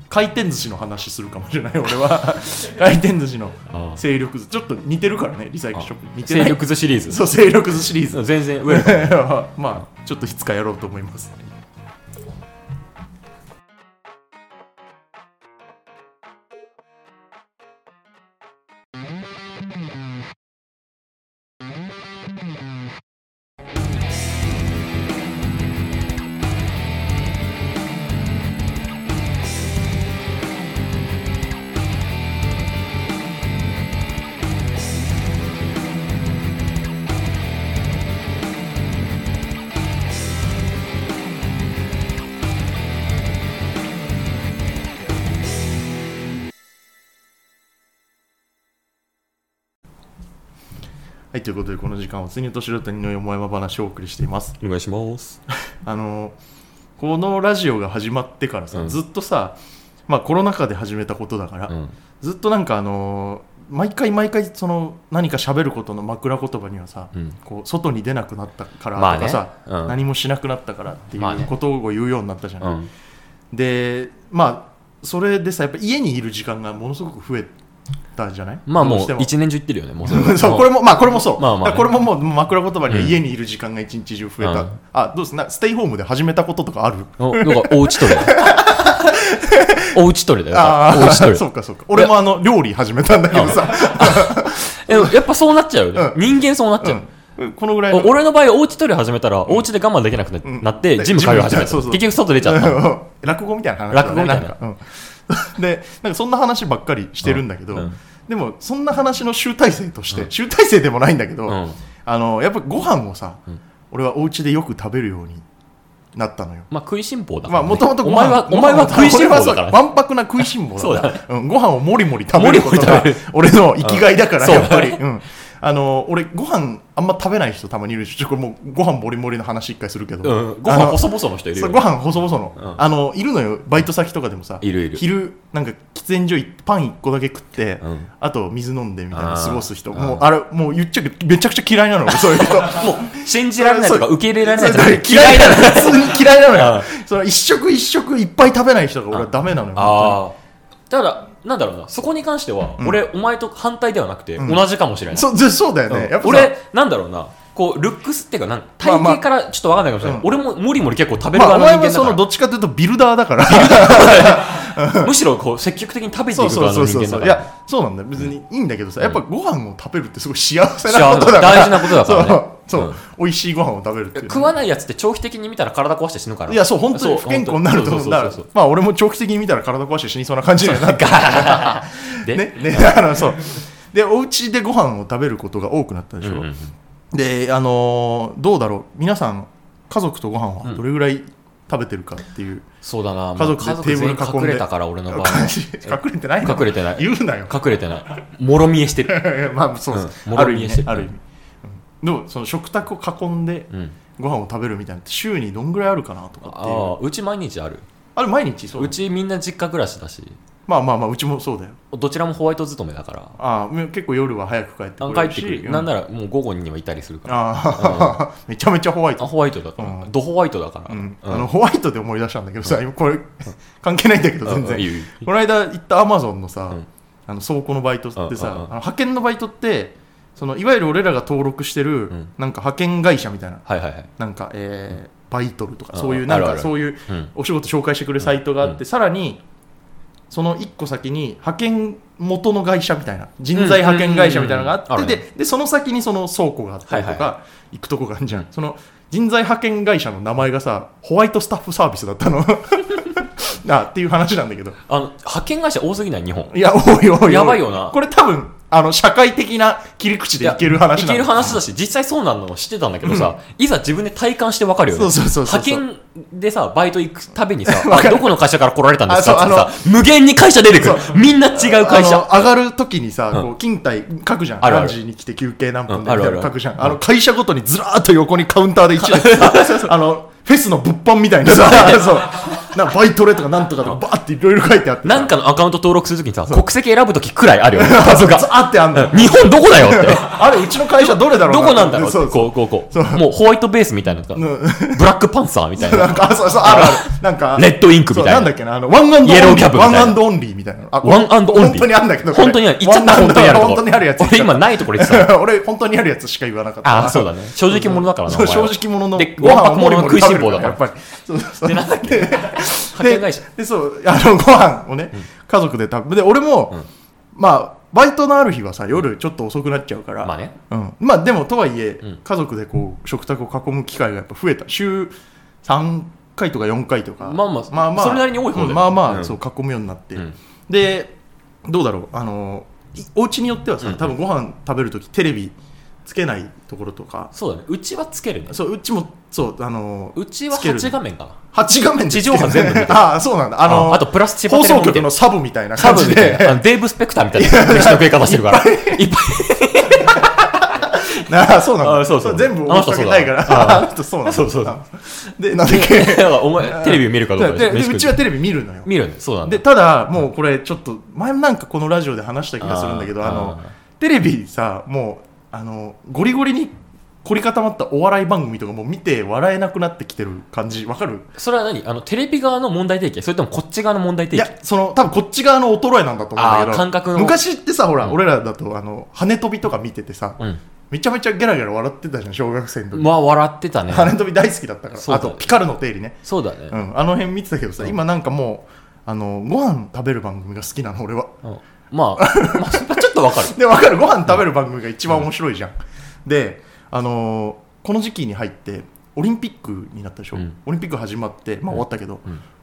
[SPEAKER 1] 回転寿司の話するかもしれない俺 は回転寿司の
[SPEAKER 2] ああ
[SPEAKER 1] 勢力図ちょっと似てるからねリサイクルショップ似て
[SPEAKER 2] 勢
[SPEAKER 1] ない
[SPEAKER 2] 力図シリーズ
[SPEAKER 1] そう勢力図シリーズ
[SPEAKER 2] 全然ウェルカム
[SPEAKER 1] まあちょっといつかやろうと思いますはいということでこの時間は次と白谷のよもやま話をお送りしています
[SPEAKER 2] お願いします
[SPEAKER 1] あのこのラジオが始まってからさ、
[SPEAKER 2] うん
[SPEAKER 1] ずっとさまあコロナ禍で始めたことだから、
[SPEAKER 2] うん
[SPEAKER 1] ずっとなんかあのー毎回毎回その何か喋ることの枕言葉にはさ、
[SPEAKER 2] うん
[SPEAKER 1] こう外に出なくなったから
[SPEAKER 2] まあ
[SPEAKER 1] と
[SPEAKER 2] ね
[SPEAKER 1] かさ、
[SPEAKER 2] うん
[SPEAKER 1] 何もしなくなったからってい
[SPEAKER 2] まあね
[SPEAKER 1] うことを言うようになったじゃない、
[SPEAKER 2] うん
[SPEAKER 1] でまあそれでさやっぱ家にいる時間がものすごく増えたじゃない
[SPEAKER 2] まあも
[SPEAKER 1] どして
[SPEAKER 2] う一年中行ってるよねもう それ
[SPEAKER 1] そうこれもまあこれもそう、
[SPEAKER 2] まあまあ
[SPEAKER 1] だ
[SPEAKER 2] ね
[SPEAKER 1] からこれももう枕言葉には
[SPEAKER 2] うん
[SPEAKER 1] 家にいる時間が一日中増えた、
[SPEAKER 2] うん
[SPEAKER 1] あどうすなステイホームで始めたこととかある
[SPEAKER 2] おなんかおうちト レおうちトレだよ
[SPEAKER 1] あ
[SPEAKER 2] おうちト
[SPEAKER 1] あ
[SPEAKER 2] レ
[SPEAKER 1] そうかそうか俺もあの料理始めたんだけどさ、
[SPEAKER 2] えやっぱそうなっちゃうよね、人間そうなっちゃう、
[SPEAKER 1] うん、このぐらい
[SPEAKER 2] お
[SPEAKER 1] の
[SPEAKER 2] 俺の場合おうちトレ始めたらおうちで我慢できなくな,、
[SPEAKER 1] ん
[SPEAKER 2] なってジム通い始めた
[SPEAKER 1] そうそう
[SPEAKER 2] 結局外出ちゃった
[SPEAKER 1] 落語みたいな話
[SPEAKER 2] 落語みたいなん
[SPEAKER 1] か、うん でなんかそんな話ばっかりしてるんだけど、
[SPEAKER 2] うんうん
[SPEAKER 1] でもそんな話の集大成として、集大成でもないんだけど、
[SPEAKER 2] うん
[SPEAKER 1] あのやっぱご飯をさ、俺はお家でよく食べるようになったのよ
[SPEAKER 2] まあ食いしん坊だか
[SPEAKER 1] ま
[SPEAKER 2] ら
[SPEAKER 1] あ
[SPEAKER 2] ね、
[SPEAKER 1] もともと
[SPEAKER 2] お前はお前は食いしん坊だからね
[SPEAKER 1] わんぱくな食いしん坊だから
[SPEAKER 2] そう
[SPEAKER 1] うん、ご飯をもりもり食べること
[SPEAKER 2] もり
[SPEAKER 1] が
[SPEAKER 2] もり食
[SPEAKER 1] 俺の生きがいだから
[SPEAKER 2] うん
[SPEAKER 1] やっぱり、うんあの俺ご飯あんま食べない人たまにいるでしょちょこれもうご飯もりもりの話一回するけど、
[SPEAKER 2] うん、ご
[SPEAKER 1] あ
[SPEAKER 2] 飯
[SPEAKER 1] の
[SPEAKER 2] 細々の人いる
[SPEAKER 1] そ
[SPEAKER 2] よ
[SPEAKER 1] う
[SPEAKER 2] ね
[SPEAKER 1] ご飯細々の、
[SPEAKER 2] うん
[SPEAKER 1] あのいるのよバイト先とかでもさ
[SPEAKER 2] いるいる
[SPEAKER 1] 昼なんか喫煙所行ってパン1個だけ食って、
[SPEAKER 2] うん
[SPEAKER 1] あと水飲んでみたいな
[SPEAKER 2] あー
[SPEAKER 1] 過ごす人
[SPEAKER 2] あー
[SPEAKER 1] もうあれもう言っちゃうけどめちゃくちゃ嫌いなのよそういう人
[SPEAKER 2] もう信じられないとか
[SPEAKER 1] そう
[SPEAKER 2] 受け入れられないと
[SPEAKER 1] そう
[SPEAKER 2] か
[SPEAKER 1] 嫌
[SPEAKER 2] 嫌い
[SPEAKER 1] い
[SPEAKER 2] だ
[SPEAKER 1] な
[SPEAKER 2] な
[SPEAKER 1] の普通に嫌いなの
[SPEAKER 2] う
[SPEAKER 1] よ
[SPEAKER 2] ん
[SPEAKER 1] その一食一食いっぱい食べない人が俺はダメなのよ本
[SPEAKER 2] ああただなんだろうなそこに関しては、
[SPEAKER 1] ん
[SPEAKER 2] 俺お前と反対ではなくて、
[SPEAKER 1] ん
[SPEAKER 2] 同じかもしれ
[SPEAKER 1] 当
[SPEAKER 2] な
[SPEAKER 1] に
[SPEAKER 2] い
[SPEAKER 1] そうぜそうだよね、
[SPEAKER 2] うん
[SPEAKER 1] やっぱさ
[SPEAKER 2] 俺なんだろうなこうルックスっていうかなん体
[SPEAKER 1] まあまあ
[SPEAKER 2] 型からちょっとわかんないかもしれない、
[SPEAKER 1] うん
[SPEAKER 2] 俺ももりもり結構食べる
[SPEAKER 1] まあ、
[SPEAKER 2] 側
[SPEAKER 1] お前
[SPEAKER 2] の人間
[SPEAKER 1] は
[SPEAKER 2] だ
[SPEAKER 1] そ
[SPEAKER 2] か
[SPEAKER 1] の
[SPEAKER 2] ら、
[SPEAKER 1] どっちかというとビルダーだから
[SPEAKER 2] むしろこう積極的に食べて
[SPEAKER 1] そ
[SPEAKER 2] いうく
[SPEAKER 1] そう
[SPEAKER 2] 側
[SPEAKER 1] そ
[SPEAKER 2] の
[SPEAKER 1] う
[SPEAKER 2] 人
[SPEAKER 1] そうそう
[SPEAKER 2] 間だか
[SPEAKER 1] い
[SPEAKER 2] ら
[SPEAKER 1] やそうなんだよ別にいいんだけどさ、やっぱご飯を食べるってすごい幸せなことだから
[SPEAKER 2] 幸せ大事なことだからね
[SPEAKER 1] そうそう
[SPEAKER 2] う、ん
[SPEAKER 1] 美味しいご飯を食べるっていうね、
[SPEAKER 2] 食わないやつって長期的に見たら体壊して死ぬから
[SPEAKER 1] いやそう本当に
[SPEAKER 2] そ
[SPEAKER 1] 不
[SPEAKER 2] う
[SPEAKER 1] 健康になると思うん
[SPEAKER 2] そうそう
[SPEAKER 1] だ
[SPEAKER 2] そう
[SPEAKER 1] か
[SPEAKER 2] そう
[SPEAKER 1] らまあ俺も長期的に見たら体壊して死にそうな感じにはなって
[SPEAKER 2] で、
[SPEAKER 1] ねねあのそうでお家でご飯を食べることが多くなったでしょ、
[SPEAKER 2] うんうんうん
[SPEAKER 1] であのーどうだろう皆さん家族とご飯はどれぐらい食べてるかっていう
[SPEAKER 2] そうだな
[SPEAKER 1] 家族で
[SPEAKER 2] まあ全員
[SPEAKER 1] テーブル囲んで
[SPEAKER 2] 隠れたから俺の場合
[SPEAKER 1] 感じ隠れてないの
[SPEAKER 2] 隠れてない
[SPEAKER 1] 言うなよ
[SPEAKER 2] 隠れてないもろ見えしてる
[SPEAKER 1] まあそうです、
[SPEAKER 2] うん
[SPEAKER 1] ある意
[SPEAKER 2] もろ見えし
[SPEAKER 1] 味
[SPEAKER 2] て
[SPEAKER 1] ね
[SPEAKER 2] る
[SPEAKER 1] ある意味、うん、でもその食卓を囲んで
[SPEAKER 2] うん
[SPEAKER 1] ご飯を食べるみたいなのって週にどんぐらいあるかなとかっていう
[SPEAKER 2] ああうち毎日ある
[SPEAKER 1] あれ毎日そう
[SPEAKER 2] うちみんな実家暮らしだし
[SPEAKER 1] まあまあまあうちもそうだよ
[SPEAKER 2] どちらもホワイト勤めだから
[SPEAKER 1] ああ結構夜は早く帰って
[SPEAKER 2] あ
[SPEAKER 1] く
[SPEAKER 2] 帰
[SPEAKER 1] れる
[SPEAKER 2] って
[SPEAKER 1] し
[SPEAKER 2] くる、
[SPEAKER 1] うん
[SPEAKER 2] なんならもう午後にはいたりするから
[SPEAKER 1] あー めちゃめちゃホワイ
[SPEAKER 2] あ
[SPEAKER 1] ト、
[SPEAKER 2] ホワイトだから、
[SPEAKER 1] うん
[SPEAKER 2] ドホワイトだから、
[SPEAKER 1] うんあのホワイトで思い出したんだけどさ、今これ関係ないんだけど全然、
[SPEAKER 2] うんいいよいいよ
[SPEAKER 1] この間行ったアマゾンのさ、
[SPEAKER 2] うん
[SPEAKER 1] あの倉庫のバイトってさ、
[SPEAKER 2] うんうんうん
[SPEAKER 1] あの派遣のバイトってそのいわゆる俺らが登録してる、
[SPEAKER 2] ん
[SPEAKER 1] なんか派遣会社みたいな
[SPEAKER 2] はいはいはい、
[SPEAKER 1] なんか、えーバイトルとか、
[SPEAKER 2] うん
[SPEAKER 1] そういう
[SPEAKER 2] うん
[SPEAKER 1] なん
[SPEAKER 2] あるあ
[SPEAKER 1] か
[SPEAKER 2] る
[SPEAKER 1] そういう
[SPEAKER 2] うん、
[SPEAKER 1] お仕事紹介してくれるサイトがあって、
[SPEAKER 2] うん
[SPEAKER 1] さらにその1個先に派遣元の会社みたいな人材派遣会社みたいなのがあって、
[SPEAKER 2] うんうんうんうんある
[SPEAKER 1] ででその先にその倉庫があったりとか、
[SPEAKER 2] はいは
[SPEAKER 1] 行くとこがあるじゃんその人材派遣会社の名前がさホワイトスタッフサービスだったの あっていう話なんだけど
[SPEAKER 2] あの派遣会社多すぎない日本
[SPEAKER 1] いやおいおいおい
[SPEAKER 2] やばいよな
[SPEAKER 1] これ多分あの社会的な切り口でいける話
[SPEAKER 2] い
[SPEAKER 1] な
[SPEAKER 2] け
[SPEAKER 1] ん
[SPEAKER 2] る話だし実際そうなの知ってたんだけどさ、いざ自分で体感してわかるよね
[SPEAKER 1] そうそうそうそう
[SPEAKER 2] 派遣でさバイト行くたびにさ
[SPEAKER 1] わかる
[SPEAKER 2] あどこの会社から来られたんですか
[SPEAKER 1] あ
[SPEAKER 2] っ
[SPEAKER 1] そう
[SPEAKER 2] てさ無限に会社出てくるみんな違う会社
[SPEAKER 1] あの上がるときにさ、
[SPEAKER 2] うん
[SPEAKER 1] こう勤怠書くじゃん
[SPEAKER 2] あるあ
[SPEAKER 1] 何
[SPEAKER 2] る
[SPEAKER 1] 時に来て休憩何分で
[SPEAKER 2] うんあ
[SPEAKER 1] みたい
[SPEAKER 2] るある
[SPEAKER 1] なの書くじゃん、
[SPEAKER 2] うん
[SPEAKER 1] あの会社ごとにずらーっと横にカウンターで一 列さあのフェスの物販みたいなさそうなんかバイトレとかなんとかとかバーっていろいろ書いてあってさ
[SPEAKER 2] なんかのアカウント登録するときにさ国籍選ぶときくらいあるよね
[SPEAKER 1] そ
[SPEAKER 2] 数
[SPEAKER 1] うザ
[SPEAKER 2] が
[SPEAKER 1] ーってあんの、
[SPEAKER 2] 日本どこだよって
[SPEAKER 1] あれうちの会社どれだろう
[SPEAKER 2] どこなんだろうって
[SPEAKER 1] そうそう
[SPEAKER 2] こうこうこうもうホワイトベースみたいなのとか
[SPEAKER 1] うん
[SPEAKER 2] ブラックパンサーみたいな
[SPEAKER 1] なんかあそうそうあるあるなんか
[SPEAKER 2] レッドインクみたい
[SPEAKER 1] そ
[SPEAKER 2] な
[SPEAKER 1] うなんだっけなあのワンアンド
[SPEAKER 2] イエ
[SPEAKER 1] オ
[SPEAKER 2] ロ
[SPEAKER 1] ン
[SPEAKER 2] ー
[SPEAKER 1] リ
[SPEAKER 2] キャブ
[SPEAKER 1] ー
[SPEAKER 2] みた
[SPEAKER 1] ワ
[SPEAKER 2] い
[SPEAKER 1] ン
[SPEAKER 2] な
[SPEAKER 1] アンドオンリーみたいなあ
[SPEAKER 2] ワンアンドオン
[SPEAKER 1] 本
[SPEAKER 2] リー
[SPEAKER 1] 当にあんだけどこれ
[SPEAKER 2] 本当にある言っちゃったら本当にあるとこ
[SPEAKER 1] 本当にあるやつ
[SPEAKER 2] 俺今ないところ言ってた
[SPEAKER 1] た 俺本当にあるやつしか言わなかった
[SPEAKER 2] ああそうだね正直者だからな
[SPEAKER 1] そう
[SPEAKER 2] お前は
[SPEAKER 1] 正直者の
[SPEAKER 2] で
[SPEAKER 1] ご飯
[SPEAKER 2] わんぱく者の
[SPEAKER 1] をもりもり食べる
[SPEAKER 2] 食いしん坊だから
[SPEAKER 1] やっぱりそうそうそう
[SPEAKER 2] でなんだっけ
[SPEAKER 1] で
[SPEAKER 2] 派遣会社
[SPEAKER 1] でそうあのご 飯をね、家族で食べで俺も、
[SPEAKER 2] うん
[SPEAKER 1] まあバイトのある日はさ夜ちょっと遅くなっちゃうから、
[SPEAKER 2] まあね
[SPEAKER 1] うん、まあでもとはいえ、
[SPEAKER 2] うん
[SPEAKER 1] 家族でこう食卓を囲む機会がやっぱ増えた週3回とか4回とか
[SPEAKER 2] まあまあそれなりに多い方だよ
[SPEAKER 1] うんまあまあ、
[SPEAKER 2] うん
[SPEAKER 1] そう囲むようになって、
[SPEAKER 2] うん
[SPEAKER 1] でどうだろうあのいお家によってはさ、
[SPEAKER 2] うん
[SPEAKER 1] 多分ご飯食べるときテレビつけないところとか
[SPEAKER 2] そうだねうちはつけるね
[SPEAKER 1] そううちもそうあの
[SPEAKER 2] うちは
[SPEAKER 1] つける
[SPEAKER 2] 8画面かな
[SPEAKER 1] 8画面で
[SPEAKER 2] 地上波全部見てる
[SPEAKER 1] ああそうなんだあの
[SPEAKER 2] ああとプラス千葉
[SPEAKER 1] 放
[SPEAKER 2] テレ
[SPEAKER 1] 送
[SPEAKER 2] ビ見て
[SPEAKER 1] 局
[SPEAKER 2] る
[SPEAKER 1] のサブみたいな
[SPEAKER 2] サ
[SPEAKER 1] 感
[SPEAKER 2] ブ
[SPEAKER 1] じ
[SPEAKER 2] み
[SPEAKER 1] で
[SPEAKER 2] たいなあのデーブ・スペクターみたいな飯の食い方してるからいっぱい
[SPEAKER 1] あそうなんだ
[SPEAKER 2] あそうそう
[SPEAKER 1] 全部面白くないから
[SPEAKER 2] あ
[SPEAKER 1] ああとそうなんだ
[SPEAKER 2] そうそうそう
[SPEAKER 1] あでなんだっ け
[SPEAKER 2] だからお前テレビを見るかどうか
[SPEAKER 1] で
[SPEAKER 2] 飯
[SPEAKER 1] で
[SPEAKER 2] 食
[SPEAKER 1] うちはテレビ見るのよ
[SPEAKER 2] 見るねそうなんだ
[SPEAKER 1] でただもうこれちょっと前もなんかこのラジオで話した気がするんだけど
[SPEAKER 2] あ
[SPEAKER 1] あ
[SPEAKER 2] ー
[SPEAKER 1] の
[SPEAKER 2] あー
[SPEAKER 1] テレビさもうあのゴリゴリに凝り固まったお笑い番組とかもう見て笑えなくなってきてる感じわかる
[SPEAKER 2] それは何あのテレビ側の問題提起それともこっち側の問題
[SPEAKER 1] い
[SPEAKER 2] 提起
[SPEAKER 1] やその多分こっち側の衰えなんだと思うんだけど
[SPEAKER 2] あー感覚の
[SPEAKER 1] 昔ってさほら、
[SPEAKER 2] うん
[SPEAKER 1] 俺らだとあの羽飛びとか見ててさ、
[SPEAKER 2] うん
[SPEAKER 1] めちゃめちゃゲラゲラ笑ってたじゃん小学生の時、
[SPEAKER 2] まあ笑ってたね
[SPEAKER 1] 羽飛び大好きだったから、
[SPEAKER 2] そう
[SPEAKER 1] あ
[SPEAKER 2] だよ
[SPEAKER 1] とピカルの定理ね、
[SPEAKER 2] そうだね
[SPEAKER 1] うん、あの辺見てたけどさ、
[SPEAKER 2] うん
[SPEAKER 1] 今なんかもうあのご飯食べる番組が好きなの俺は
[SPEAKER 2] うんまあ まあそれはちょっとわかる
[SPEAKER 1] でわかるご飯食べる番組が一番面白いじゃん、であのーこの時期に入ってオリンピックになったでしょ、
[SPEAKER 2] うん
[SPEAKER 1] オリンピック始まって、まあ、
[SPEAKER 2] う
[SPEAKER 1] 終
[SPEAKER 2] ん
[SPEAKER 1] わったけど、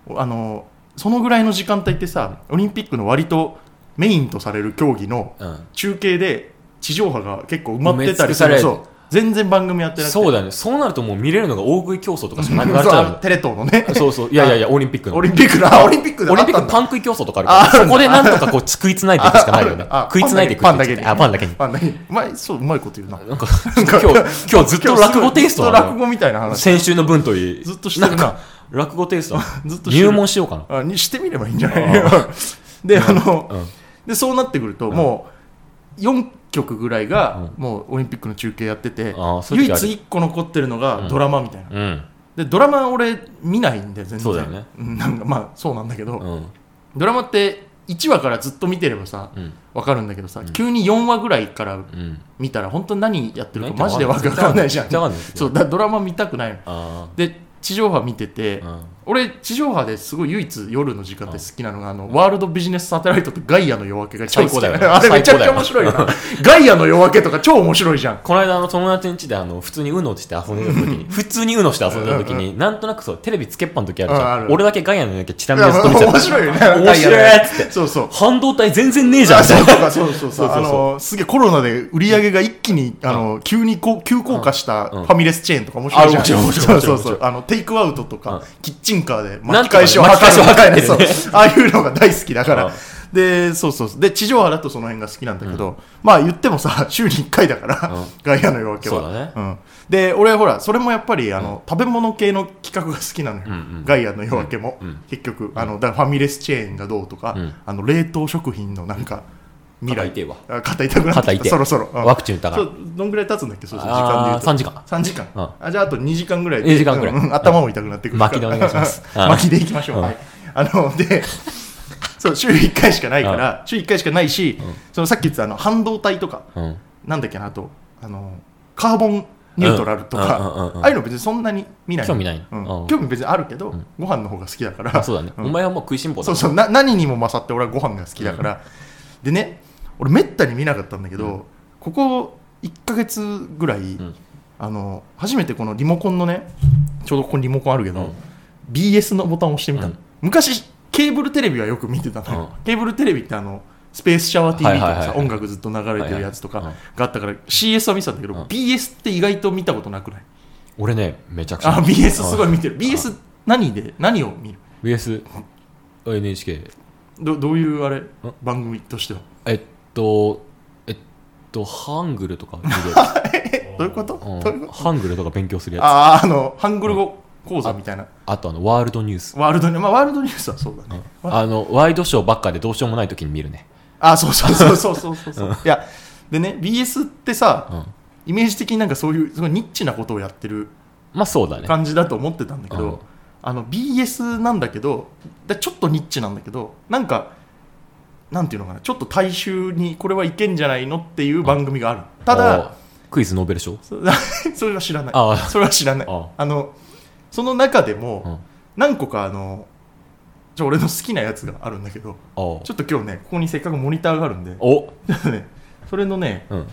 [SPEAKER 2] うん
[SPEAKER 1] おあのーそのぐらいの時間帯ってさオリンピックの割とメインとされる競技の
[SPEAKER 2] うん
[SPEAKER 1] 中継で地上波が結構埋まってたりす
[SPEAKER 2] 埋め尽くされ
[SPEAKER 1] る
[SPEAKER 2] る
[SPEAKER 1] そう全然番組やってなくて
[SPEAKER 2] そ う
[SPEAKER 1] だ
[SPEAKER 2] だねそうなるともう見れるのが大食い競争とかしかな くなっちゃう
[SPEAKER 1] テレ東のね
[SPEAKER 2] のそうそういやいやいやオリンピックの
[SPEAKER 1] オリンピックだオリンピックだ
[SPEAKER 2] オリンピッ
[SPEAKER 1] あっ
[SPEAKER 2] ク
[SPEAKER 1] たんだ
[SPEAKER 2] パン食い競争とかあるからそこでなんとかこう食いつないでいくしかないよね
[SPEAKER 1] ああ
[SPEAKER 2] 食いつないでいく
[SPEAKER 1] パンだけ
[SPEAKER 2] あパンだけに
[SPEAKER 1] パンだけにうまいそううまいこと言うな
[SPEAKER 2] なんか今日 今日ずっと落語テイスト
[SPEAKER 1] ずっ
[SPEAKER 2] な
[SPEAKER 1] と
[SPEAKER 2] の
[SPEAKER 1] 落語みたいな話
[SPEAKER 2] 先週の分といい
[SPEAKER 1] ずっとしてるな
[SPEAKER 2] か落語テイストなの
[SPEAKER 1] ずっとしてる
[SPEAKER 2] 入門しようかな
[SPEAKER 1] あにしてみればいいんじゃない であの、
[SPEAKER 2] うん
[SPEAKER 1] でそうなってくると、もう4曲ぐらいが、もうオリンピックの中継やってて、
[SPEAKER 2] あーそうい
[SPEAKER 1] 唯
[SPEAKER 2] う
[SPEAKER 1] 一
[SPEAKER 2] 時ある
[SPEAKER 1] 1個残ってるのがドラマみたいな、
[SPEAKER 2] うん
[SPEAKER 1] でドラマ俺見ないんで全然
[SPEAKER 2] そうだよね
[SPEAKER 1] んなんかまあそうなんだけど、
[SPEAKER 2] うん
[SPEAKER 1] ドラマって1話からずっと見てればさ
[SPEAKER 2] うん
[SPEAKER 1] 分かるんだけどさ、急に4話ぐらいから
[SPEAKER 2] うん
[SPEAKER 1] 見たら本当に何やってるかマジで分かんないじゃん
[SPEAKER 2] 絶対わかんない
[SPEAKER 1] そうだドラマ見たくないの
[SPEAKER 2] あ
[SPEAKER 1] で地上波見てて、
[SPEAKER 2] あうん
[SPEAKER 1] 俺地上波ですごい唯一夜の時間で好きなのがあのワールドビジネスサテライトとガイアの夜明けが超好きだよ、
[SPEAKER 2] 最高だよね
[SPEAKER 1] あれめちゃくちゃ
[SPEAKER 2] 最高だよ
[SPEAKER 1] 面白いよなガイアの夜明けとか超面白いじゃ ん
[SPEAKER 2] この間あの友達の家であの普通に UNO して遊んでた時に普通に UNO して遊んでた時になんとなくそうテレビつけっぱの時あるじ
[SPEAKER 1] うんあ
[SPEAKER 2] ゃ
[SPEAKER 1] る
[SPEAKER 2] ん俺だけガイアの時ちなみにずっと見てた
[SPEAKER 1] 面白いよね
[SPEAKER 2] 面白いっつって
[SPEAKER 1] そうそう
[SPEAKER 2] 半導体全然ねえじゃ
[SPEAKER 1] あ
[SPEAKER 2] んみた
[SPEAKER 1] そ
[SPEAKER 2] い
[SPEAKER 1] う
[SPEAKER 2] な
[SPEAKER 1] とかそうそうそう
[SPEAKER 2] そうそうそう
[SPEAKER 1] あのすげえコロナで売り上げが一気にあの急にこう急降下したファミレスチェーンとか面白いじゃん
[SPEAKER 2] あ面白い面白い面白い
[SPEAKER 1] そうそうそうあのテイクアウトと
[SPEAKER 2] うん
[SPEAKER 1] かキッチンンカーで巻き返しを図るみたいな
[SPEAKER 2] 巻き返しを図ってるね
[SPEAKER 1] そうああいうのが大好きだから
[SPEAKER 2] あ
[SPEAKER 1] でそうそうそうで地上波だとその辺が好きなんだけど、まあ言ってもさ週に1回だから、
[SPEAKER 2] うん
[SPEAKER 1] 外野の夜明けは
[SPEAKER 2] そうだね
[SPEAKER 1] ん、で俺ほらそれもやっぱりあの、食べ物系の企画が好きなのよ、
[SPEAKER 2] うんうん
[SPEAKER 1] ガイアの夜明けも、
[SPEAKER 2] うんうん
[SPEAKER 1] 結局あのだからファミレスチェーンがどうとか、
[SPEAKER 2] うん
[SPEAKER 1] あの冷凍食品のなんか未
[SPEAKER 2] 肩
[SPEAKER 1] 来
[SPEAKER 2] 痛いわ
[SPEAKER 1] あ肩痛くな
[SPEAKER 2] 肩
[SPEAKER 1] ってき
[SPEAKER 2] 痛い
[SPEAKER 1] たそろそろ、うん
[SPEAKER 2] ワクチン打ったか
[SPEAKER 1] そ
[SPEAKER 2] ら
[SPEAKER 1] うどんぐらい経つんだっけそうそう時間で言
[SPEAKER 2] あ
[SPEAKER 1] う
[SPEAKER 2] ー
[SPEAKER 1] と
[SPEAKER 2] 3時間
[SPEAKER 1] 3時間、
[SPEAKER 2] うん
[SPEAKER 1] あじゃああと2時間ぐらい
[SPEAKER 2] 2時間ぐらい
[SPEAKER 1] うんうん頭も痛くなってくるから
[SPEAKER 2] 巻きでお願いしますあー
[SPEAKER 1] 巻きでいきましょう、
[SPEAKER 2] うん
[SPEAKER 1] はいあのでそう週1回しかないから週1回しかないし、そのさっき言ってたあの半導体とか
[SPEAKER 2] うん
[SPEAKER 1] なんだっけなあとあのカーボンニュートラルとか、
[SPEAKER 2] うんうんうんうん
[SPEAKER 1] ああいうの別にそんなに見ない
[SPEAKER 2] 興味ない
[SPEAKER 1] うん
[SPEAKER 2] うん
[SPEAKER 1] 興味別にあるけど、ご飯の方が好きだから
[SPEAKER 2] あそうだね、
[SPEAKER 1] ん
[SPEAKER 2] お前はもう食いしん坊だ
[SPEAKER 1] そうそうな何にも勝って俺はご飯が好きだから、でね俺めったに見なかったんだけど、ここ1ヶ月ぐらい、
[SPEAKER 2] ん
[SPEAKER 1] あの初めてこのリモコンのねちょうどここにリモコンあるけど、
[SPEAKER 2] うん
[SPEAKER 1] BS のボタンを押してみたの、
[SPEAKER 2] うん
[SPEAKER 1] 昔ケーブルテレビはよく見てたのよ、
[SPEAKER 2] う
[SPEAKER 1] ケーブルテレビってあのスペースシャワー TV とかさ、
[SPEAKER 2] はいはいはい
[SPEAKER 1] 音楽ずっと流れてるやつとか
[SPEAKER 2] はい
[SPEAKER 1] が
[SPEAKER 2] はい
[SPEAKER 1] あったから、CS は見てたんだけど、
[SPEAKER 2] うん
[SPEAKER 1] BS って意外と見たことなくない
[SPEAKER 2] 俺ねめちゃくちゃ
[SPEAKER 1] あ BS すごい
[SPEAKER 2] うん
[SPEAKER 1] 見てる BS 何で何を見る
[SPEAKER 2] BS NHK
[SPEAKER 1] どどういうあれ番組としては
[SPEAKER 2] えっとえっとハングルとか見る
[SPEAKER 1] どういうこと、
[SPEAKER 2] うん
[SPEAKER 1] どういうこと
[SPEAKER 2] ハングルとか勉強するや
[SPEAKER 1] ああ、あの、ハングル語講座みたいな。
[SPEAKER 2] つあとあのワールドニュース
[SPEAKER 1] ワールドニュー、まあ、ワールドニュースはそうだね。
[SPEAKER 2] あのワイドショーばっかでどうしようもない時に見るね
[SPEAKER 1] ああ、そうそうそうそうそうそうそう。いや、でね、BS って
[SPEAKER 2] う
[SPEAKER 1] さ、
[SPEAKER 2] ん
[SPEAKER 1] イメージ的になんかそういう、すごいニッチなことをやってる
[SPEAKER 2] まあそうだね
[SPEAKER 1] 感じだと思ってたんだけど、
[SPEAKER 2] うん
[SPEAKER 1] あの、BS なんだけど、でちょっとニッチなんだけど、なんか、なんていうのかな、ちょっと大衆にこれはいけんじゃないのっていう番組がある。た
[SPEAKER 2] あ
[SPEAKER 1] だ、
[SPEAKER 2] クイズノーベル賞
[SPEAKER 1] そ それは知らない
[SPEAKER 2] ああ。
[SPEAKER 1] それは知らない。
[SPEAKER 2] ああ
[SPEAKER 1] あの、その中でも、
[SPEAKER 2] うんあ
[SPEAKER 1] 何個かあのじゃあ俺の好きなやつがあるんだけど
[SPEAKER 2] お
[SPEAKER 1] ちょっと今日ねここにせっかくモニターがあるんで
[SPEAKER 2] お、
[SPEAKER 1] ちょっとねそれのね
[SPEAKER 2] うん、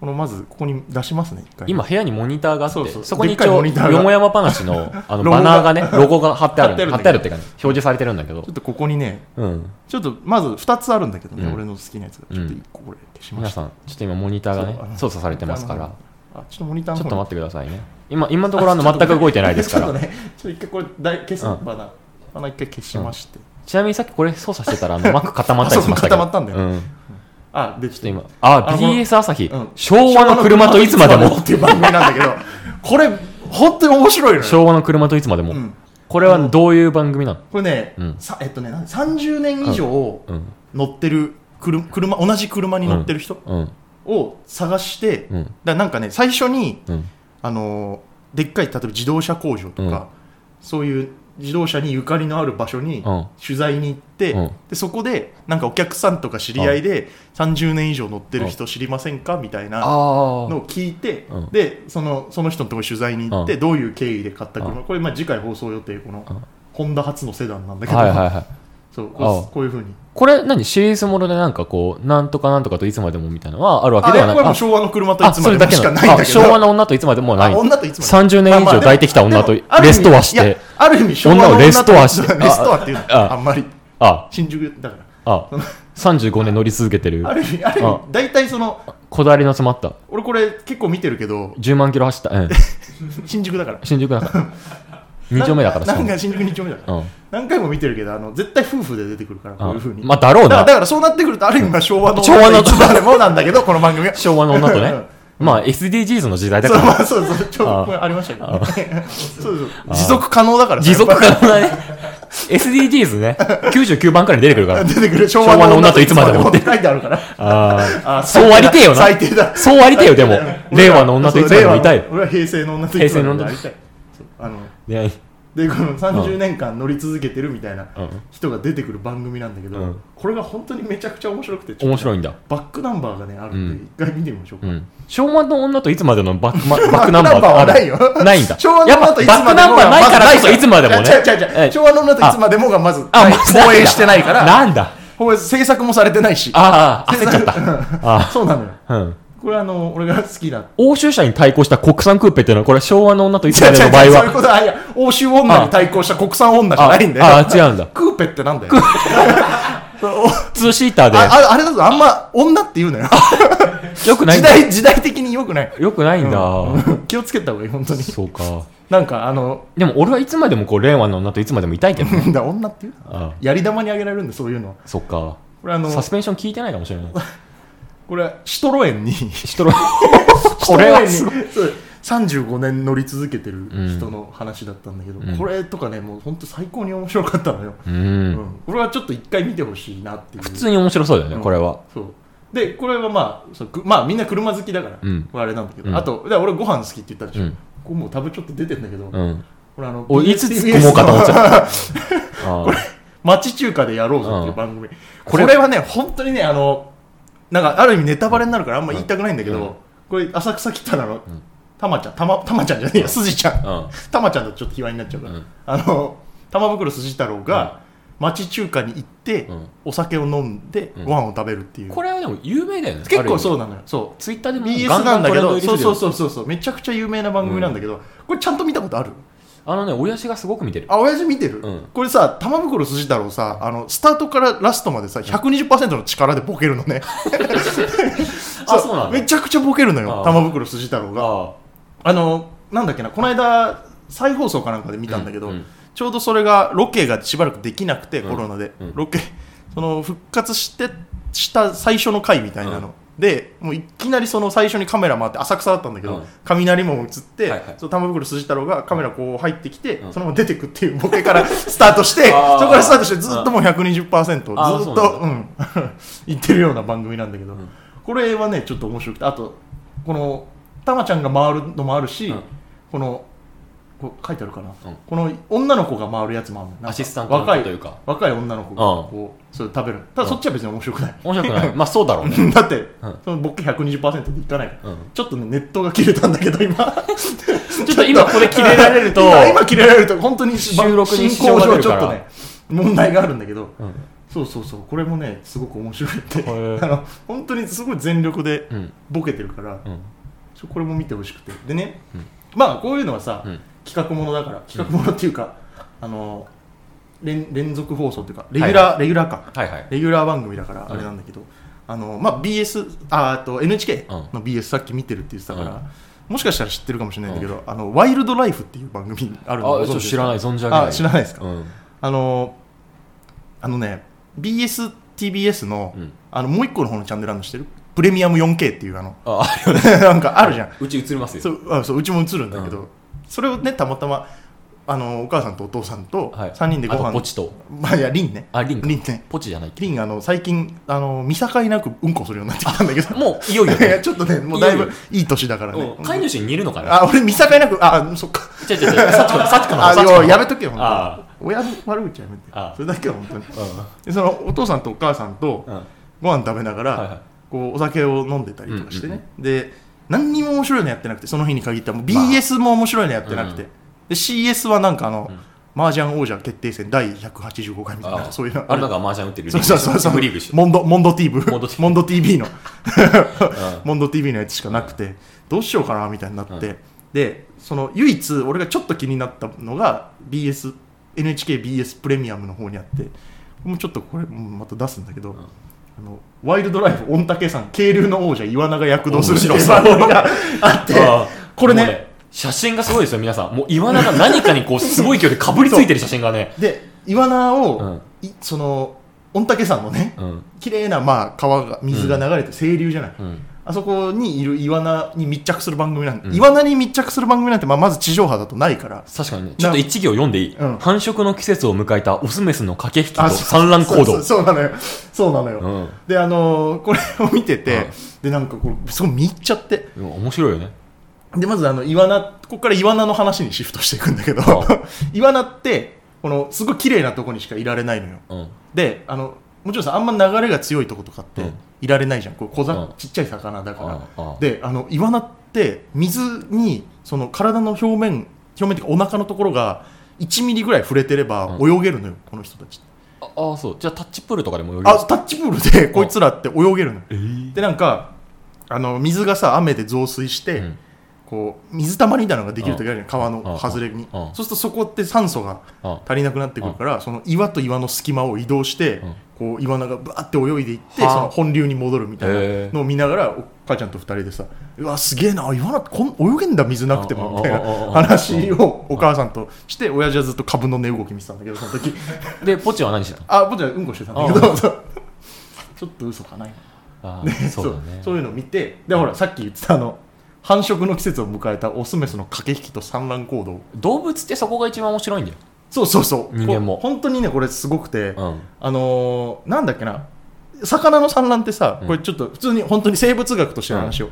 [SPEAKER 1] このまずここに出しますね一回
[SPEAKER 2] 今部屋にモニターがあって
[SPEAKER 1] そ
[SPEAKER 2] そう
[SPEAKER 1] そう
[SPEAKER 2] こ
[SPEAKER 1] で
[SPEAKER 2] に
[SPEAKER 1] っか
[SPEAKER 2] 一
[SPEAKER 1] いモ
[SPEAKER 2] 応
[SPEAKER 1] ニ
[SPEAKER 2] よ
[SPEAKER 1] ターが
[SPEAKER 2] もやま話のあの
[SPEAKER 1] ロゴが
[SPEAKER 2] バナーがねロゴが貼ってある
[SPEAKER 1] 貼
[SPEAKER 2] 貼
[SPEAKER 1] っ
[SPEAKER 2] ってて
[SPEAKER 1] あ
[SPEAKER 2] あ
[SPEAKER 1] る
[SPEAKER 2] る
[SPEAKER 1] んだ
[SPEAKER 2] っ
[SPEAKER 1] け
[SPEAKER 2] て
[SPEAKER 1] ど
[SPEAKER 2] 感じ表示されてるんだけど
[SPEAKER 1] ちょっとここにね
[SPEAKER 2] うん
[SPEAKER 1] ちょっとまず2つあるんだけどね、
[SPEAKER 2] うん
[SPEAKER 1] 俺の好きなやつが
[SPEAKER 2] うん
[SPEAKER 1] ちょっと1個これ消しま
[SPEAKER 2] 皆
[SPEAKER 1] した、
[SPEAKER 2] さんちょっと今モニターが
[SPEAKER 1] そうあの
[SPEAKER 2] ね操作されてますか
[SPEAKER 1] あ
[SPEAKER 2] ら
[SPEAKER 1] のあちょっとモニターの
[SPEAKER 2] ちょっ
[SPEAKER 1] 方
[SPEAKER 2] と待
[SPEAKER 1] に
[SPEAKER 2] ってくださいね今今のところあの全く動いてないですか
[SPEAKER 1] ちょっと
[SPEAKER 2] ら
[SPEAKER 1] ねちょっと一回これだい消す、
[SPEAKER 2] うん
[SPEAKER 1] バナーバナー一回消しまして、
[SPEAKER 2] ちなみにさっきこれ操作してたらあのマック固まったりしましたけ
[SPEAKER 1] あ
[SPEAKER 2] ど
[SPEAKER 1] そう固まったんだよね
[SPEAKER 2] うん
[SPEAKER 1] あでちょ
[SPEAKER 2] ちょっと今あ BS 朝日、
[SPEAKER 1] うん
[SPEAKER 2] 昭和の車といつまでも
[SPEAKER 1] っていう番組なんだ けどこれ本当に面白いのよ
[SPEAKER 2] 昭和の車といつまでも、
[SPEAKER 1] うん
[SPEAKER 2] これはどういう番組なの、
[SPEAKER 1] これね、
[SPEAKER 2] うん
[SPEAKER 1] さえっとねなん30年以上
[SPEAKER 2] うん
[SPEAKER 1] 乗ってる車車同じ車に乗ってる人
[SPEAKER 2] うん
[SPEAKER 1] を探して、
[SPEAKER 2] うん
[SPEAKER 1] だなんかね最初に、
[SPEAKER 2] うん
[SPEAKER 1] あのーでっかい例えば自動車工場とか、そういう自動車にゆかりのある場所に
[SPEAKER 2] うん
[SPEAKER 1] 取材に行って、
[SPEAKER 2] うん
[SPEAKER 1] でそこでなんかお客さんとか知り合いで、30年以上乗ってる人知りませんかみたいな
[SPEAKER 2] あ
[SPEAKER 1] のを聞いて、
[SPEAKER 2] うん
[SPEAKER 1] でそのその人のところ取材に行って、
[SPEAKER 2] う
[SPEAKER 1] どういう経緯で買った車、
[SPEAKER 2] う
[SPEAKER 1] これ、まあ、次回放送予定この、
[SPEAKER 2] うん
[SPEAKER 1] ホンダ初のセダンなんだけど、
[SPEAKER 2] はいはいはい
[SPEAKER 1] そうこ
[SPEAKER 2] あ
[SPEAKER 1] うこういうふうに
[SPEAKER 2] これ何シリーズものでなんかこうなんとかなんとかといつまでもみたいなのはあるわ
[SPEAKER 1] あ
[SPEAKER 2] けで
[SPEAKER 1] れ
[SPEAKER 2] は
[SPEAKER 1] こ
[SPEAKER 2] ない
[SPEAKER 1] れもう昭和の車といつまでもしかないんだ
[SPEAKER 2] あ
[SPEAKER 1] けど
[SPEAKER 2] 昭和の女といつまでもない
[SPEAKER 1] あ女といつまで
[SPEAKER 2] 30年以上抱いてきた女とレストアし
[SPEAKER 1] いや
[SPEAKER 2] て
[SPEAKER 1] ある意味昭和の
[SPEAKER 2] 女をレストアし
[SPEAKER 1] 女といつま
[SPEAKER 2] て
[SPEAKER 1] でもレストアっていうの
[SPEAKER 2] あ
[SPEAKER 1] あんまり
[SPEAKER 2] あ
[SPEAKER 1] 新宿だから
[SPEAKER 2] あ35年乗り続けてる
[SPEAKER 1] ある意味ある意
[SPEAKER 2] あ
[SPEAKER 1] 味大体その
[SPEAKER 2] こだわりの詰まった
[SPEAKER 1] 俺これ結構見てるけど
[SPEAKER 2] 10万キロ走った、 うん、
[SPEAKER 1] 新宿だから
[SPEAKER 2] 新宿だから2丁目だから
[SPEAKER 1] な
[SPEAKER 2] し
[SPEAKER 1] ん
[SPEAKER 2] か
[SPEAKER 1] か
[SPEAKER 2] も
[SPEAKER 1] なんか新宿2丁目だから、
[SPEAKER 2] うん
[SPEAKER 1] 何回も見てるけどあの絶対夫婦で出てくるからこういうふうに
[SPEAKER 2] あまあだろ
[SPEAKER 1] だ
[SPEAKER 2] う
[SPEAKER 1] から
[SPEAKER 2] な
[SPEAKER 1] だからそうなってくるとある意味まあ昭和の
[SPEAKER 2] 昭和の
[SPEAKER 1] いつまでもなんだけどこの番組 は
[SPEAKER 2] 昭和の女と
[SPEAKER 1] う
[SPEAKER 2] ね
[SPEAKER 1] ん
[SPEAKER 2] まあ SDGs の時代だ
[SPEAKER 1] そう
[SPEAKER 2] か
[SPEAKER 1] まあそうそうちょ
[SPEAKER 2] あ
[SPEAKER 1] これありましたけどね そうそう持続可能だから
[SPEAKER 2] ら
[SPEAKER 1] さ
[SPEAKER 2] 持続
[SPEAKER 1] やっぱ
[SPEAKER 2] 可能なね SDGs ね99番くらいに出てく るから
[SPEAKER 1] 出てくる昭
[SPEAKER 2] 和の女といつまでも
[SPEAKER 1] って書いてあるから
[SPEAKER 2] あ
[SPEAKER 1] あー
[SPEAKER 2] そうありてえよな
[SPEAKER 1] 最低だ
[SPEAKER 2] そうありて よでも令和の女といつまでもいたい
[SPEAKER 1] そう令和の俺は平成の女といつまでもなりたいそうあの
[SPEAKER 2] あ、ね
[SPEAKER 1] でこの30年間乗り続けてるみたいな
[SPEAKER 2] うん
[SPEAKER 1] 人が出てくる番組なんだけど、
[SPEAKER 2] うん
[SPEAKER 1] これが本当にめちゃくちゃ面白くてちょっとね
[SPEAKER 2] 面白いんだ
[SPEAKER 1] バックナンバーがねあるんで、
[SPEAKER 2] うん
[SPEAKER 1] 一回見てみましょうか、
[SPEAKER 2] うん昭和の女といつまでのバックマバック
[SPEAKER 1] バッ
[SPEAKER 2] ナン
[SPEAKER 1] クナン
[SPEAKER 2] バー
[SPEAKER 1] バーは
[SPEAKER 2] があ
[SPEAKER 1] な
[SPEAKER 2] る
[SPEAKER 1] いよ。
[SPEAKER 2] ないんだ。
[SPEAKER 1] 昭和の
[SPEAKER 2] やっ
[SPEAKER 1] 女
[SPEAKER 2] ぱ
[SPEAKER 1] といつ
[SPEAKER 2] バ
[SPEAKER 1] ま
[SPEAKER 2] ック
[SPEAKER 1] で
[SPEAKER 2] ナン
[SPEAKER 1] も
[SPEAKER 2] バ
[SPEAKER 1] が
[SPEAKER 2] ーないからこそいつまでも
[SPEAKER 1] 違
[SPEAKER 2] ね。
[SPEAKER 1] う違う違う
[SPEAKER 2] え
[SPEAKER 1] 昭和の女といつまでもがまず
[SPEAKER 2] あ、
[SPEAKER 1] ない
[SPEAKER 2] まあ
[SPEAKER 1] 放映してないから
[SPEAKER 2] なんだ。
[SPEAKER 1] 放映制作もされてないし
[SPEAKER 2] ああ、焦っちゃった。あ
[SPEAKER 1] そうなのよ
[SPEAKER 2] あ、うん。
[SPEAKER 1] これあの俺が好き な
[SPEAKER 2] 欧州車に対抗した国産クーペっていうのは、これは昭和の女といつまでの場
[SPEAKER 1] 違う違
[SPEAKER 2] 合
[SPEAKER 1] う そういう
[SPEAKER 2] は。
[SPEAKER 1] ことあいや欧州女に対抗した国産女じゃないんだよ
[SPEAKER 2] ああ、違うんだ。
[SPEAKER 1] クーペってなんだよおあ
[SPEAKER 2] ツーシーターで。
[SPEAKER 1] ああれだぞあんま女って言うなよ
[SPEAKER 2] よくない
[SPEAKER 1] 時
[SPEAKER 2] んだ。
[SPEAKER 1] 代時代的によくない
[SPEAKER 2] よくないんだ。
[SPEAKER 1] 気をつけた方がいい本当に
[SPEAKER 2] そうか。
[SPEAKER 1] なんかあの
[SPEAKER 2] でも俺はいつまでもこう令和の女といつまでもいたいけどね
[SPEAKER 1] だ女っていう
[SPEAKER 2] あ
[SPEAKER 1] やり玉にあげられるんでそういうのは
[SPEAKER 2] あそっか
[SPEAKER 1] これあの
[SPEAKER 2] サスペンション聞いてないかもしれない
[SPEAKER 1] これシトロエン にシ
[SPEAKER 2] 人のこれはす
[SPEAKER 1] ト
[SPEAKER 2] ご
[SPEAKER 1] ロエ
[SPEAKER 2] い
[SPEAKER 1] ンにそう35年乗り続けてる
[SPEAKER 2] うん
[SPEAKER 1] 人の話だったんだけど、
[SPEAKER 2] うん
[SPEAKER 1] これとかねもう本当最高に面白かったのよ、
[SPEAKER 2] う
[SPEAKER 1] うん
[SPEAKER 2] ん
[SPEAKER 1] これはちょっと一回見てほしいなっていう
[SPEAKER 2] 普通に面白そうだよ
[SPEAKER 1] う
[SPEAKER 2] ね
[SPEAKER 1] ん
[SPEAKER 2] これは
[SPEAKER 1] そうでこれはまあそうくまあみんな車好きだから、
[SPEAKER 2] うん
[SPEAKER 1] あれなんだけど、
[SPEAKER 2] うん
[SPEAKER 1] あとで俺ご飯好きって言ったでし
[SPEAKER 2] う
[SPEAKER 1] ょ、
[SPEAKER 2] ん
[SPEAKER 1] ここもうタブちょっと出てんだけど、
[SPEAKER 2] うん
[SPEAKER 1] これあの
[SPEAKER 2] おい
[SPEAKER 1] BS
[SPEAKER 2] つ突っ込もうかと思っちゃった ああ
[SPEAKER 1] 町中華でやろうぞっていう番組、これ
[SPEAKER 2] これ
[SPEAKER 1] はね本当にねあのなんかある意味ネタバレになるからあんま言いたくないんだけど、
[SPEAKER 2] うん
[SPEAKER 1] これ浅草来たなの、
[SPEAKER 2] ん
[SPEAKER 1] たまちゃんたまたまちゃんじゃねえやすじちゃん
[SPEAKER 2] うん
[SPEAKER 1] たまちゃんだとちょっと卑猥になっちゃうから、
[SPEAKER 2] うん
[SPEAKER 1] あの玉袋筋太郎が町中華に行って、
[SPEAKER 2] うん
[SPEAKER 1] お酒を飲んで
[SPEAKER 2] うん
[SPEAKER 1] ご飯を食べるっていう、
[SPEAKER 2] これはでも有名だよね
[SPEAKER 1] 結構そううなのよそう
[SPEAKER 2] ツイッターでも
[SPEAKER 1] BS
[SPEAKER 2] ガンガ
[SPEAKER 1] な
[SPEAKER 2] ン
[SPEAKER 1] んだ
[SPEAKER 2] ト
[SPEAKER 1] け
[SPEAKER 2] レンド入
[SPEAKER 1] どそう
[SPEAKER 2] りするよ
[SPEAKER 1] そうそうそうそうめちゃくちゃ有名な番組なんだけど、これちゃんと見たことある
[SPEAKER 2] あのね親父がすごく見てる
[SPEAKER 1] あ親父見てる、
[SPEAKER 2] うん
[SPEAKER 1] これさ玉袋筋太郎さあのスタートからラストまでさ120%の力でボケるの ね
[SPEAKER 2] あそうなんだ
[SPEAKER 1] めちゃくちゃボケるの
[SPEAKER 2] あ
[SPEAKER 1] よ
[SPEAKER 2] あ
[SPEAKER 1] 玉袋筋太郎があ
[SPEAKER 2] あ
[SPEAKER 1] のなんだっけなこの間再放送かなんかで見たんだけど、
[SPEAKER 2] うんうん
[SPEAKER 1] ちょうどそれがロケがしばらくできなくて、
[SPEAKER 2] うん
[SPEAKER 1] コロナで、
[SPEAKER 2] うん
[SPEAKER 1] ロケその復活してした最初の回みたいなの、
[SPEAKER 2] う
[SPEAKER 1] でもういきなりその最初にカメラ回って浅草だったんだけど、
[SPEAKER 2] うん
[SPEAKER 1] 雷も映って、
[SPEAKER 2] はいはい
[SPEAKER 1] その玉袋筋太郎がカメラこう入ってきて、
[SPEAKER 2] うん
[SPEAKER 1] そのまま出てくっていうボケからスタートしてそ
[SPEAKER 2] あー
[SPEAKER 1] こからスタートしてずっともう120%ずっ
[SPEAKER 2] あーそう
[SPEAKER 1] とうん 言ってるような番組なんだけど、
[SPEAKER 2] ん
[SPEAKER 1] これはねちょっと面白くてあとこのたまちゃんが回るのもあるし、
[SPEAKER 2] うん
[SPEAKER 1] このこう書いてあるかな、
[SPEAKER 2] うん
[SPEAKER 1] この女の子が回るやつもあるのなんか
[SPEAKER 2] アシスタントの
[SPEAKER 1] 若い
[SPEAKER 2] というか
[SPEAKER 1] 若い女の子がこう、それ食べるただ
[SPEAKER 2] うん
[SPEAKER 1] そっちは別に面白くない、
[SPEAKER 2] 面白くないまあそうだろうね
[SPEAKER 1] だって、
[SPEAKER 2] ん
[SPEAKER 1] そのボケ120%でいかないから、
[SPEAKER 2] うん
[SPEAKER 1] ちょっとねネットが切れたんだけど今
[SPEAKER 2] ちょっと今これ切れられると
[SPEAKER 1] 今 今切れられると本当に
[SPEAKER 2] 収録に支
[SPEAKER 1] 進行
[SPEAKER 2] 障が出
[SPEAKER 1] 上
[SPEAKER 2] る
[SPEAKER 1] ち
[SPEAKER 2] か
[SPEAKER 1] ょ
[SPEAKER 2] ら
[SPEAKER 1] っとね問題があるんだけど
[SPEAKER 2] うん
[SPEAKER 1] そうそうそうこれもねすごく面白いって
[SPEAKER 2] ー
[SPEAKER 1] あの本当にすごい全力で
[SPEAKER 2] うん
[SPEAKER 1] ボケてるから、
[SPEAKER 2] うん
[SPEAKER 1] ちょこれも見てほしくてでね、
[SPEAKER 2] うん
[SPEAKER 1] まあこういうのはさ、
[SPEAKER 2] うん
[SPEAKER 1] 企画ものだから企画ものっていうか、あの連連続放送っていうかレギュラー、レギュラーか
[SPEAKER 2] はいはい
[SPEAKER 1] レギュラー番組だから
[SPEAKER 2] ん
[SPEAKER 1] あれなんだけど、あのまあ BS ああと NHK
[SPEAKER 2] うん
[SPEAKER 1] の BS さっき見てるって言ってたから、
[SPEAKER 2] うん
[SPEAKER 1] もしかしたら知ってるかもしれないんだけど、あのワイルドライフっていう番組ある
[SPEAKER 2] あ
[SPEAKER 1] のご存
[SPEAKER 2] ちょ
[SPEAKER 1] 知
[SPEAKER 2] っと
[SPEAKER 1] です
[SPEAKER 2] 知
[SPEAKER 1] から
[SPEAKER 2] ない存じ上げない
[SPEAKER 1] あ知らないですか
[SPEAKER 2] うん
[SPEAKER 1] あのあのね BSTBS の,、
[SPEAKER 2] うん
[SPEAKER 1] あのもう一個の方のチャンネルあるの知ってるプレミアム 4K っていうあの
[SPEAKER 2] ああるよね
[SPEAKER 1] なんかあるじゃん
[SPEAKER 2] うち映りますよ
[SPEAKER 1] そうあそううちも映るんだけど、
[SPEAKER 2] うん
[SPEAKER 1] それをねたまたまあのお母さんとお父さんと
[SPEAKER 2] はい
[SPEAKER 1] 3人でご
[SPEAKER 2] あと
[SPEAKER 1] 飯、
[SPEAKER 2] ポチと
[SPEAKER 1] まあいやリンね
[SPEAKER 2] あリンか
[SPEAKER 1] リンね
[SPEAKER 2] ポチじゃないけ
[SPEAKER 1] リンあの最近あの見境なくうんこするようになってきたんだけど
[SPEAKER 2] どもういよいよ
[SPEAKER 1] いや
[SPEAKER 2] ね
[SPEAKER 1] ちょっとねもうだい
[SPEAKER 2] いい
[SPEAKER 1] ぶ
[SPEAKER 2] よ
[SPEAKER 1] いい年だからね
[SPEAKER 2] うん飼い主に似るのかな
[SPEAKER 1] あ俺見境なくあそっか
[SPEAKER 2] 違う違う違うサチコサチコの
[SPEAKER 1] あ
[SPEAKER 2] サチコ
[SPEAKER 1] よ
[SPEAKER 2] の
[SPEAKER 1] やめとけよ本
[SPEAKER 2] あ
[SPEAKER 1] 当に親の悪口やめて
[SPEAKER 2] あ
[SPEAKER 1] それだけは本当に
[SPEAKER 2] う
[SPEAKER 1] でそのお父さんとお母さんと
[SPEAKER 2] んうん
[SPEAKER 1] ご飯食べながら、
[SPEAKER 2] はいはい
[SPEAKER 1] こうお酒を飲んでたりとかしてね、
[SPEAKER 2] うんう
[SPEAKER 1] で何にも面白いのやってなくてその日に限ってはもう BS も面白いのやってなくて、
[SPEAKER 2] うん
[SPEAKER 1] で CS はなんかあの、
[SPEAKER 2] ん
[SPEAKER 1] 麻雀王者決定戦第185回みたいななん
[SPEAKER 2] あ
[SPEAKER 1] かそういうの
[SPEAKER 2] あれなんか麻雀打ってる
[SPEAKER 1] そうそうそうそう
[SPEAKER 2] ブリーグして
[SPEAKER 1] モンドモンド TV
[SPEAKER 2] モンド TV
[SPEAKER 1] モンド TV の
[SPEAKER 2] うん
[SPEAKER 1] モンド TV のやつしかなくてどうしようかなみたいになって、でその唯一俺がちょっと気になったのが BS NHKBS プレミアムの方にあってもうちょっとこれうんまた出すんだけど、あのワイルドライフ御嶽山渓流の王者岩永躍動するっていう 番組があって
[SPEAKER 2] あー
[SPEAKER 1] これね
[SPEAKER 2] もう写真がすごいですよ皆さんもう岩永何かにこうすごい勢いでかぶりついてる写真がね
[SPEAKER 1] で岩永を、
[SPEAKER 2] うん
[SPEAKER 1] いその御嶽山のね、
[SPEAKER 2] うん
[SPEAKER 1] 綺麗なまあ川が水が流れて清流じゃない、
[SPEAKER 2] うん
[SPEAKER 1] あそこにいるイワナに密着する番組なんで、
[SPEAKER 2] うん
[SPEAKER 1] イワナに密着する番組なんて、まあ、まず地上波だとないから
[SPEAKER 2] 確かにねちょっと一行読んでいい、
[SPEAKER 1] うん
[SPEAKER 2] 繁殖の季節を迎えたオスメスの駆け引きと
[SPEAKER 1] そう
[SPEAKER 2] 産卵行
[SPEAKER 1] そ
[SPEAKER 2] 動
[SPEAKER 1] うそうそうなのよそうなのよ、
[SPEAKER 2] うん
[SPEAKER 1] であのーこれを見てて、
[SPEAKER 2] うん
[SPEAKER 1] でなんかこれすごい見入っちゃって
[SPEAKER 2] でも面白いよね
[SPEAKER 1] でまずあのイワナここからイワナの話にシフトしていくんだけど イワナってこのすごい綺麗なとこにしかいられないのよ
[SPEAKER 2] うん
[SPEAKER 1] であのもちろんさあんま流れが強いとことかって
[SPEAKER 2] うん
[SPEAKER 1] いられないじゃんこう小ざ、
[SPEAKER 2] うん
[SPEAKER 1] ちっちゃい魚だから、
[SPEAKER 2] うんうん
[SPEAKER 1] であのイワナって水にその体の表面表面っていうかお腹のところが1ミリぐらい触れてれば
[SPEAKER 2] う
[SPEAKER 1] 泳げるのよ、この人たちって
[SPEAKER 2] ああーそうじゃあタッチプールとかでも泳げる
[SPEAKER 1] あタッチプールでこいつらって泳げるのよ
[SPEAKER 2] えー
[SPEAKER 1] でなんかあの水がさ雨で増水して、
[SPEAKER 2] うん
[SPEAKER 1] こう水たまりみたいなのができる時あるじゃん川の
[SPEAKER 2] うん
[SPEAKER 1] 外れに
[SPEAKER 2] うん
[SPEAKER 1] そうするとそこって酸素が
[SPEAKER 2] あ
[SPEAKER 1] 足りなくなってくるからその岩と岩の隙間を移動して
[SPEAKER 2] うん
[SPEAKER 1] ここうイワナがバーって泳いでいってそ
[SPEAKER 2] はあ
[SPEAKER 1] の本流に戻るみたい
[SPEAKER 2] へ
[SPEAKER 1] な
[SPEAKER 2] え
[SPEAKER 1] のを見ながらお母ちゃんと二人でさ「うわすげえなイワナこん泳げんだ水なくても」みたい
[SPEAKER 2] あああああ
[SPEAKER 1] な
[SPEAKER 2] あ
[SPEAKER 1] 話をお母さんとして親父はずっと株の値動き見てたんだけどその時
[SPEAKER 2] でポチは何してたの
[SPEAKER 1] あ僕じゃうんこしてたんだけ どそうちょっと嘘かな今
[SPEAKER 2] あ
[SPEAKER 1] ね
[SPEAKER 2] ーそうだね
[SPEAKER 1] そういうのを見てでほらさっき言ってたあの繁殖の季節を迎えたオスメスの駆け引きと産卵行動
[SPEAKER 2] 動物ってそこが一番面白いんだよ、
[SPEAKER 1] そうそうそう
[SPEAKER 2] 人間も
[SPEAKER 1] こう本当にねこれすごくて、
[SPEAKER 2] うん、
[SPEAKER 1] あのーなんだっけな魚の産卵ってさ
[SPEAKER 2] うん
[SPEAKER 1] これちょっと普通に本当に生物学としての話を、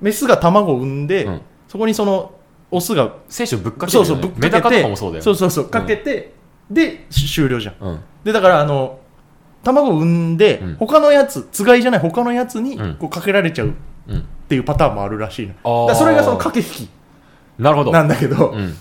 [SPEAKER 1] メスが卵を産んで、
[SPEAKER 2] うん
[SPEAKER 1] そこにそのオスが
[SPEAKER 2] 精子をぶっかけ
[SPEAKER 1] そ
[SPEAKER 2] てる
[SPEAKER 1] う
[SPEAKER 2] よね
[SPEAKER 1] そうぶっかけて
[SPEAKER 2] メダカとかもそうだよね
[SPEAKER 1] そうそうそうかけて、でし終了じゃん
[SPEAKER 2] うん
[SPEAKER 1] でだからあの卵を産んで、
[SPEAKER 2] うん
[SPEAKER 1] 他のやつつがいじゃない他のやつに
[SPEAKER 2] うん
[SPEAKER 1] こうかけられちゃうっ
[SPEAKER 2] うん
[SPEAKER 1] ていうパターンもあるらしいの、
[SPEAKER 2] あー
[SPEAKER 1] だからそれがその駆け引き
[SPEAKER 2] なるほど
[SPEAKER 1] なんだけど、
[SPEAKER 2] うん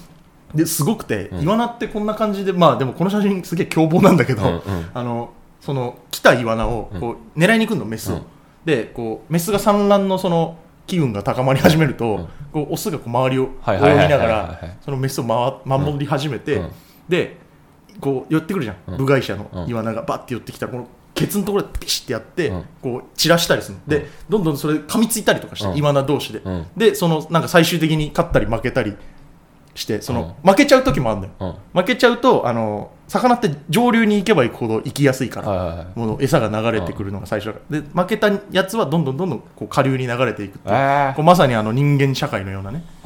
[SPEAKER 1] ですごくて、
[SPEAKER 2] うん
[SPEAKER 1] イワナってこんな感じでまあでもこの写真すげえ凶暴なんだけど、
[SPEAKER 2] うんうん
[SPEAKER 1] あのその来たイワナをこう狙いに行くのメスを、
[SPEAKER 2] うん
[SPEAKER 1] でこうメスが産卵のその気分が高まり始めると、
[SPEAKER 2] ん
[SPEAKER 1] こうオスがこう周りを
[SPEAKER 2] はいはいはい
[SPEAKER 1] 泳ぎなが
[SPEAKER 2] はいはいは
[SPEAKER 1] ら
[SPEAKER 2] い
[SPEAKER 1] そのメスを回守り始めて、
[SPEAKER 2] うん
[SPEAKER 1] でこう寄ってくるじゃん、
[SPEAKER 2] うん
[SPEAKER 1] 部外者
[SPEAKER 2] う
[SPEAKER 1] の
[SPEAKER 2] ん
[SPEAKER 1] イワナがバッて寄ってきたらこのケツのところでピシッてやって、
[SPEAKER 2] うん
[SPEAKER 1] こう散らしたりするので、
[SPEAKER 2] うん
[SPEAKER 1] どんどんそれ噛みついたりとかして、
[SPEAKER 2] うん
[SPEAKER 1] イワナ同士で、
[SPEAKER 2] うん
[SPEAKER 1] でそのなんか最終的に勝ったり負けたりしてその、負けちゃう時もあるんだよ、
[SPEAKER 2] うん
[SPEAKER 1] 負けちゃうとあの魚って上流に行けば行くほど行きやすいから、
[SPEAKER 2] はいはいはい
[SPEAKER 1] もう餌が流れてくるのが最初だからで負けたやつはどんどんどんどんこう下流に流れていくっていう
[SPEAKER 2] え
[SPEAKER 1] こうまさにあの人間社会のようなね
[SPEAKER 2] ー、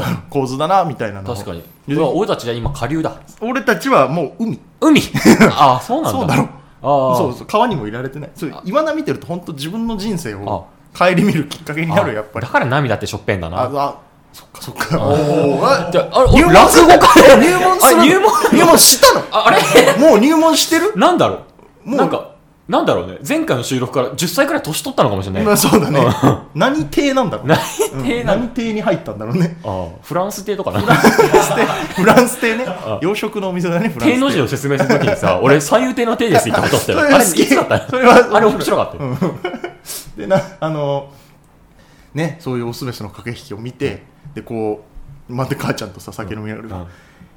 [SPEAKER 2] あ
[SPEAKER 1] 構図だなみたいな
[SPEAKER 2] あ
[SPEAKER 1] のを
[SPEAKER 2] 確かに
[SPEAKER 1] で
[SPEAKER 2] うわ俺たちじゃ今下流だ
[SPEAKER 1] 俺たちはもう海
[SPEAKER 2] 海 ああそうなんだ
[SPEAKER 1] そうだろ
[SPEAKER 2] ああ
[SPEAKER 1] そうそう川にもいられてないそう
[SPEAKER 2] あ
[SPEAKER 1] イワナ見てると本当自分の人生を
[SPEAKER 2] あ
[SPEAKER 1] 顧みるきっかけになるやっぱり
[SPEAKER 2] だから涙ってしょっぺんだ
[SPEAKER 1] あ
[SPEAKER 2] な
[SPEAKER 1] あそっかそっかおーあ
[SPEAKER 2] じゃああれ
[SPEAKER 1] 入
[SPEAKER 2] 俺
[SPEAKER 1] 門
[SPEAKER 2] 落語家だよ
[SPEAKER 1] 入門する
[SPEAKER 2] あ入門
[SPEAKER 1] 入門したの
[SPEAKER 2] ああれ
[SPEAKER 1] もう入門してる
[SPEAKER 2] なんだろう
[SPEAKER 1] もう
[SPEAKER 2] なんかなんだろうね前回の収録から10歳くらい年取ったのかもしれない、
[SPEAKER 1] まあ
[SPEAKER 2] あ
[SPEAKER 1] そうだね何邸なんだろうね
[SPEAKER 2] 何邸なの
[SPEAKER 1] うん何邸に入ったんだろうね
[SPEAKER 2] あフランス亭とかな
[SPEAKER 1] フランス亭ね洋食のお店だねフランス
[SPEAKER 2] 亭の字を説明するときにさ俺三遊亭の亭ですって言ったことあったよ
[SPEAKER 1] それ
[SPEAKER 2] あ
[SPEAKER 1] は
[SPEAKER 2] れい
[SPEAKER 1] 好き
[SPEAKER 2] つだった
[SPEAKER 1] それは
[SPEAKER 2] あれ面白かったよ、
[SPEAKER 1] でな あのねそういうオスメスの駆け引きを見てでこうまた母ちゃんとさ酒飲みながら、
[SPEAKER 2] うん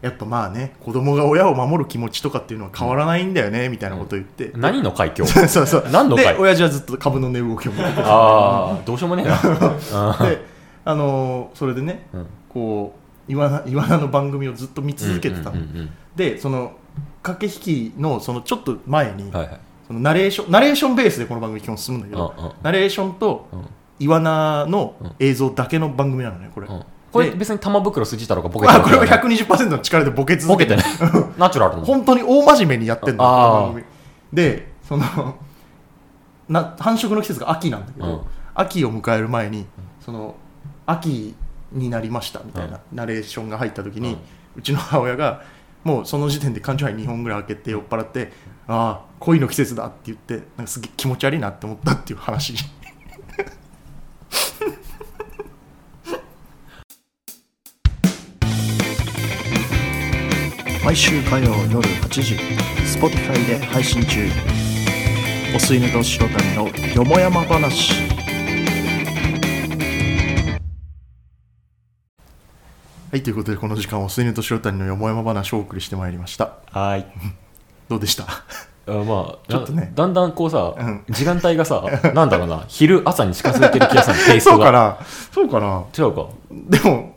[SPEAKER 1] やっぱまあね子供が親を守る気持ちとかっていうのは変わらないんだよね、みたいなこと言って、
[SPEAKER 2] 何の会今
[SPEAKER 1] そうそう
[SPEAKER 2] 何の
[SPEAKER 1] で
[SPEAKER 2] 会
[SPEAKER 1] 親父はずっと株の値動きを見て て
[SPEAKER 2] ああどうしようもねえなあ
[SPEAKER 1] であのそれでね、
[SPEAKER 2] うん
[SPEAKER 1] こうイワナイワナの番組をずっと見 続けてたの、
[SPEAKER 2] うんうんうん
[SPEAKER 1] でその駆け引きのそのちょっと前に、
[SPEAKER 2] うんはいはい
[SPEAKER 1] そのナレーションナレーションベースでこの番組基本進むんだけど、
[SPEAKER 2] うんうん
[SPEAKER 1] ナレーションと
[SPEAKER 2] うん
[SPEAKER 1] イワナの
[SPEAKER 2] うん
[SPEAKER 1] 映像だけの番組なのねこれ、
[SPEAKER 2] うんこれ
[SPEAKER 1] で
[SPEAKER 2] 別に玉袋筋太郎がボケて
[SPEAKER 1] あ
[SPEAKER 2] る
[SPEAKER 1] これは120%の力でボケ続
[SPEAKER 2] ボ
[SPEAKER 1] け
[SPEAKER 2] ケ
[SPEAKER 1] て
[SPEAKER 2] て
[SPEAKER 1] る
[SPEAKER 2] ないナチュラルな
[SPEAKER 1] 本当に大真面目にやってんだこ
[SPEAKER 2] あ
[SPEAKER 1] の
[SPEAKER 2] ー
[SPEAKER 1] 番組でそのな繁殖の季節が秋なんだけど、
[SPEAKER 2] うん
[SPEAKER 1] 秋を迎える前にその秋になりましたみたいなナレーションが入った時に、う
[SPEAKER 2] うん
[SPEAKER 1] ちの母親がもうその時点で缶チューハイ2本ぐらい開けて酔っ払ってああ恋の季節だって言ってなんかすげえ気持ち悪いなって思ったっていう話
[SPEAKER 3] 毎週火曜夜8時 Spotify で配信中お吸い寝と白谷のよもやま話
[SPEAKER 1] はいということでこの時間は水根と白谷のよもやま話をお送りしてまいりました
[SPEAKER 2] はーい
[SPEAKER 1] どうでした
[SPEAKER 2] あまあ
[SPEAKER 1] ちょっとね
[SPEAKER 2] なだんだんこうさ、
[SPEAKER 1] うん
[SPEAKER 2] 時間帯がさなんだろうな昼朝に近づいてる気がするテイス
[SPEAKER 1] そ
[SPEAKER 2] ト
[SPEAKER 1] うか
[SPEAKER 2] が
[SPEAKER 1] なそうかな
[SPEAKER 2] 違うか
[SPEAKER 1] でも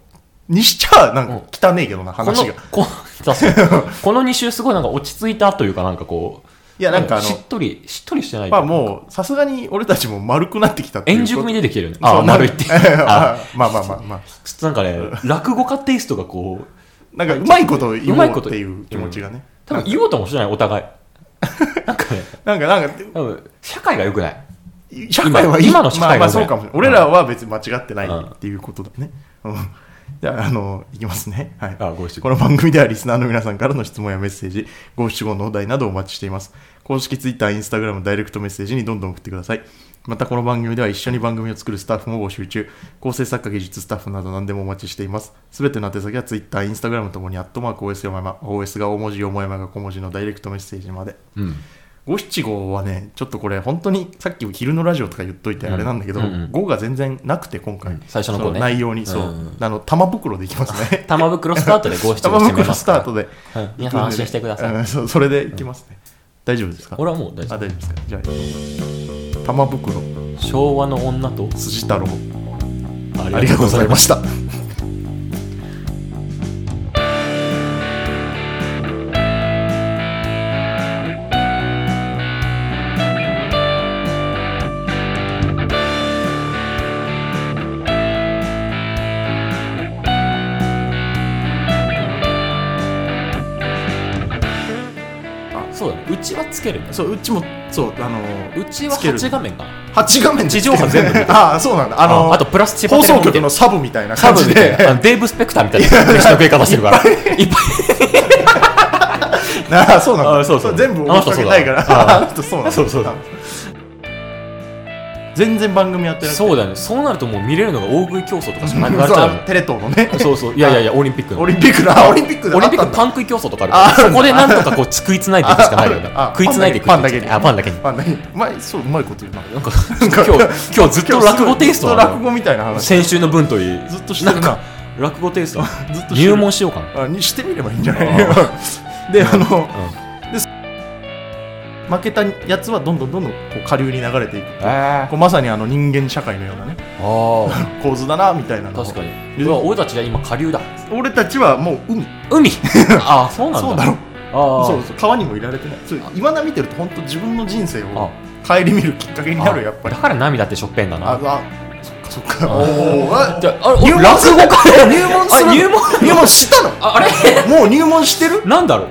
[SPEAKER 1] にしちゃなんか汚ねえけどな、
[SPEAKER 2] この
[SPEAKER 1] 話が
[SPEAKER 2] この 確かにこの2週すごいなんか落ち着いたというかなんかこう
[SPEAKER 1] いやなんかあの
[SPEAKER 2] しっとりしっとりしてない
[SPEAKER 1] まあ
[SPEAKER 2] う
[SPEAKER 1] もうさすがに俺たちも丸くなってきたっていう
[SPEAKER 2] 円
[SPEAKER 1] こと
[SPEAKER 2] 熟味出てきてるよね
[SPEAKER 1] そう
[SPEAKER 2] ああ
[SPEAKER 1] なん
[SPEAKER 2] 丸いって
[SPEAKER 1] ま
[SPEAKER 2] あ
[SPEAKER 1] あまあまあまあ、まあ、
[SPEAKER 2] ちょっとなんかね落語家テイストがこう
[SPEAKER 1] なんかうまいこと言
[SPEAKER 2] うまい
[SPEAKER 1] お
[SPEAKER 2] こ
[SPEAKER 1] うっ
[SPEAKER 2] と
[SPEAKER 1] ていう気持ちがね、
[SPEAKER 2] 多分言おうともしてないお互いなんかね
[SPEAKER 1] なんかなんか
[SPEAKER 2] 多分社会が良くない
[SPEAKER 1] 社会はいい
[SPEAKER 2] 今の社会
[SPEAKER 1] まあ、まあ
[SPEAKER 2] はね
[SPEAKER 1] そうかもしれない俺らは別に間違ってないっていうことだね、うんじゃああのいきますねはい
[SPEAKER 2] あご一緒
[SPEAKER 1] この番組ではリスナーの皆さんからの質問やメッセージ、五七五のお題などをお待ちしています。公式ツイッター、インスタグラム、ダイレクトメッセージにどんどん送ってください。またこの番組では一緒に番組を作るスタッフも募集中、構成作家、技術スタッフなど何でもお待ちしています。すべての宛先はツイッター、インスタグラムともに、アットマーク OS よもやま、OS が大文字、よもやまが小文字のダイレクトメッセージまで。
[SPEAKER 2] うん
[SPEAKER 1] 五七五はね、ちょっとこれ本当にさっき昼のラジオとか言っといてあれなんだけど、
[SPEAKER 2] う
[SPEAKER 1] 五
[SPEAKER 2] んうん
[SPEAKER 1] が全然なくて今回、
[SPEAKER 2] うん最初の方
[SPEAKER 1] そ
[SPEAKER 2] ね
[SPEAKER 1] 内容に、そう、
[SPEAKER 2] うん
[SPEAKER 1] あの玉袋でいきますね。
[SPEAKER 2] 玉袋スタートで五七五
[SPEAKER 1] 玉
[SPEAKER 2] してみ
[SPEAKER 1] 袋
[SPEAKER 2] ま
[SPEAKER 1] ス
[SPEAKER 2] す
[SPEAKER 1] タ
[SPEAKER 2] から
[SPEAKER 1] ートで、
[SPEAKER 2] うん皆さん安心してください
[SPEAKER 1] うんそうそれでいきますね、大丈夫ですか
[SPEAKER 2] 俺はもう大
[SPEAKER 1] あ
[SPEAKER 2] 丈
[SPEAKER 1] 大丈夫ですかじゃあ玉袋
[SPEAKER 2] 夫昭和の女と
[SPEAKER 1] 辻太郎
[SPEAKER 2] あ
[SPEAKER 1] ありがとうございま
[SPEAKER 2] し
[SPEAKER 1] した
[SPEAKER 2] たそうだねうちはつけるね
[SPEAKER 1] そううちもそうあの
[SPEAKER 2] うちは
[SPEAKER 1] つける
[SPEAKER 2] 8画面か
[SPEAKER 1] 8画面で
[SPEAKER 2] 地上波全部見て
[SPEAKER 1] ああそうなんだあ
[SPEAKER 2] あ
[SPEAKER 1] の
[SPEAKER 2] あとプラスチ
[SPEAKER 1] 放送局のサブみたいな
[SPEAKER 2] サ
[SPEAKER 1] 感
[SPEAKER 2] ブ
[SPEAKER 1] じ
[SPEAKER 2] みたいなあ
[SPEAKER 1] で
[SPEAKER 2] のデーブ・スペクターみたいな飯の食い方してるからいっぱい
[SPEAKER 1] ああそうなんだ
[SPEAKER 2] あそうそう
[SPEAKER 1] 全部面白くないから
[SPEAKER 2] あ
[SPEAKER 1] ああとそうなんだ
[SPEAKER 2] そうそうそう
[SPEAKER 1] 全然番組やってなくて
[SPEAKER 2] そうだねそうなるともう見れるのが大食い競争とかしかなくなっちゃう
[SPEAKER 1] そ
[SPEAKER 2] も
[SPEAKER 1] うテレ東のね
[SPEAKER 2] んそうそういやいやいやオリンピックの
[SPEAKER 1] オリンピックだオリンピックだ
[SPEAKER 2] オリンピッ
[SPEAKER 1] あったん
[SPEAKER 2] ク
[SPEAKER 1] だ
[SPEAKER 2] パン食い競争とかあるから
[SPEAKER 1] あ
[SPEAKER 2] そこでなんとかこう食いつないでいくしかないよね
[SPEAKER 1] ああ
[SPEAKER 2] 食いつないでいく
[SPEAKER 1] パンだけに
[SPEAKER 2] あパンだけに
[SPEAKER 1] パンだけにうまいそううまいこと言うな
[SPEAKER 2] なんか今日今日ずっと落語テイスト
[SPEAKER 1] ずっと
[SPEAKER 2] な
[SPEAKER 1] 落
[SPEAKER 2] の
[SPEAKER 1] 語みたいな話
[SPEAKER 2] 先週の分といい
[SPEAKER 1] ずっとしてるな
[SPEAKER 2] 落語テ イスト
[SPEAKER 1] ずっとしてる
[SPEAKER 2] 入門しようかな
[SPEAKER 1] あにしてみればいいんじゃない であので負けたやつはどんどんどんどんこう下流に流れていく
[SPEAKER 2] え
[SPEAKER 1] こうまさにあの人間社会のようなね
[SPEAKER 2] ああ
[SPEAKER 1] 構図だなみたいなのを
[SPEAKER 2] 確かに
[SPEAKER 1] で
[SPEAKER 2] うわ俺たちは今下流だ
[SPEAKER 1] 俺たちはもう海
[SPEAKER 2] 海 ああそうなんだ
[SPEAKER 1] そうだろ
[SPEAKER 2] ああ
[SPEAKER 1] そうそう川にもいられてないそう今な見てると本当自分の人生を
[SPEAKER 2] あ
[SPEAKER 1] 顧みるきっかけになるやっぱり
[SPEAKER 2] だから涙ってしょっぺんだな
[SPEAKER 1] ああそっかそっかおーあ
[SPEAKER 2] じゃああれ
[SPEAKER 1] 入
[SPEAKER 2] 俺
[SPEAKER 1] 門
[SPEAKER 2] 落語家だよ
[SPEAKER 1] 入門する
[SPEAKER 2] あ入門
[SPEAKER 1] 入門したの
[SPEAKER 2] ああれ
[SPEAKER 1] もう入門してる
[SPEAKER 2] なんだろう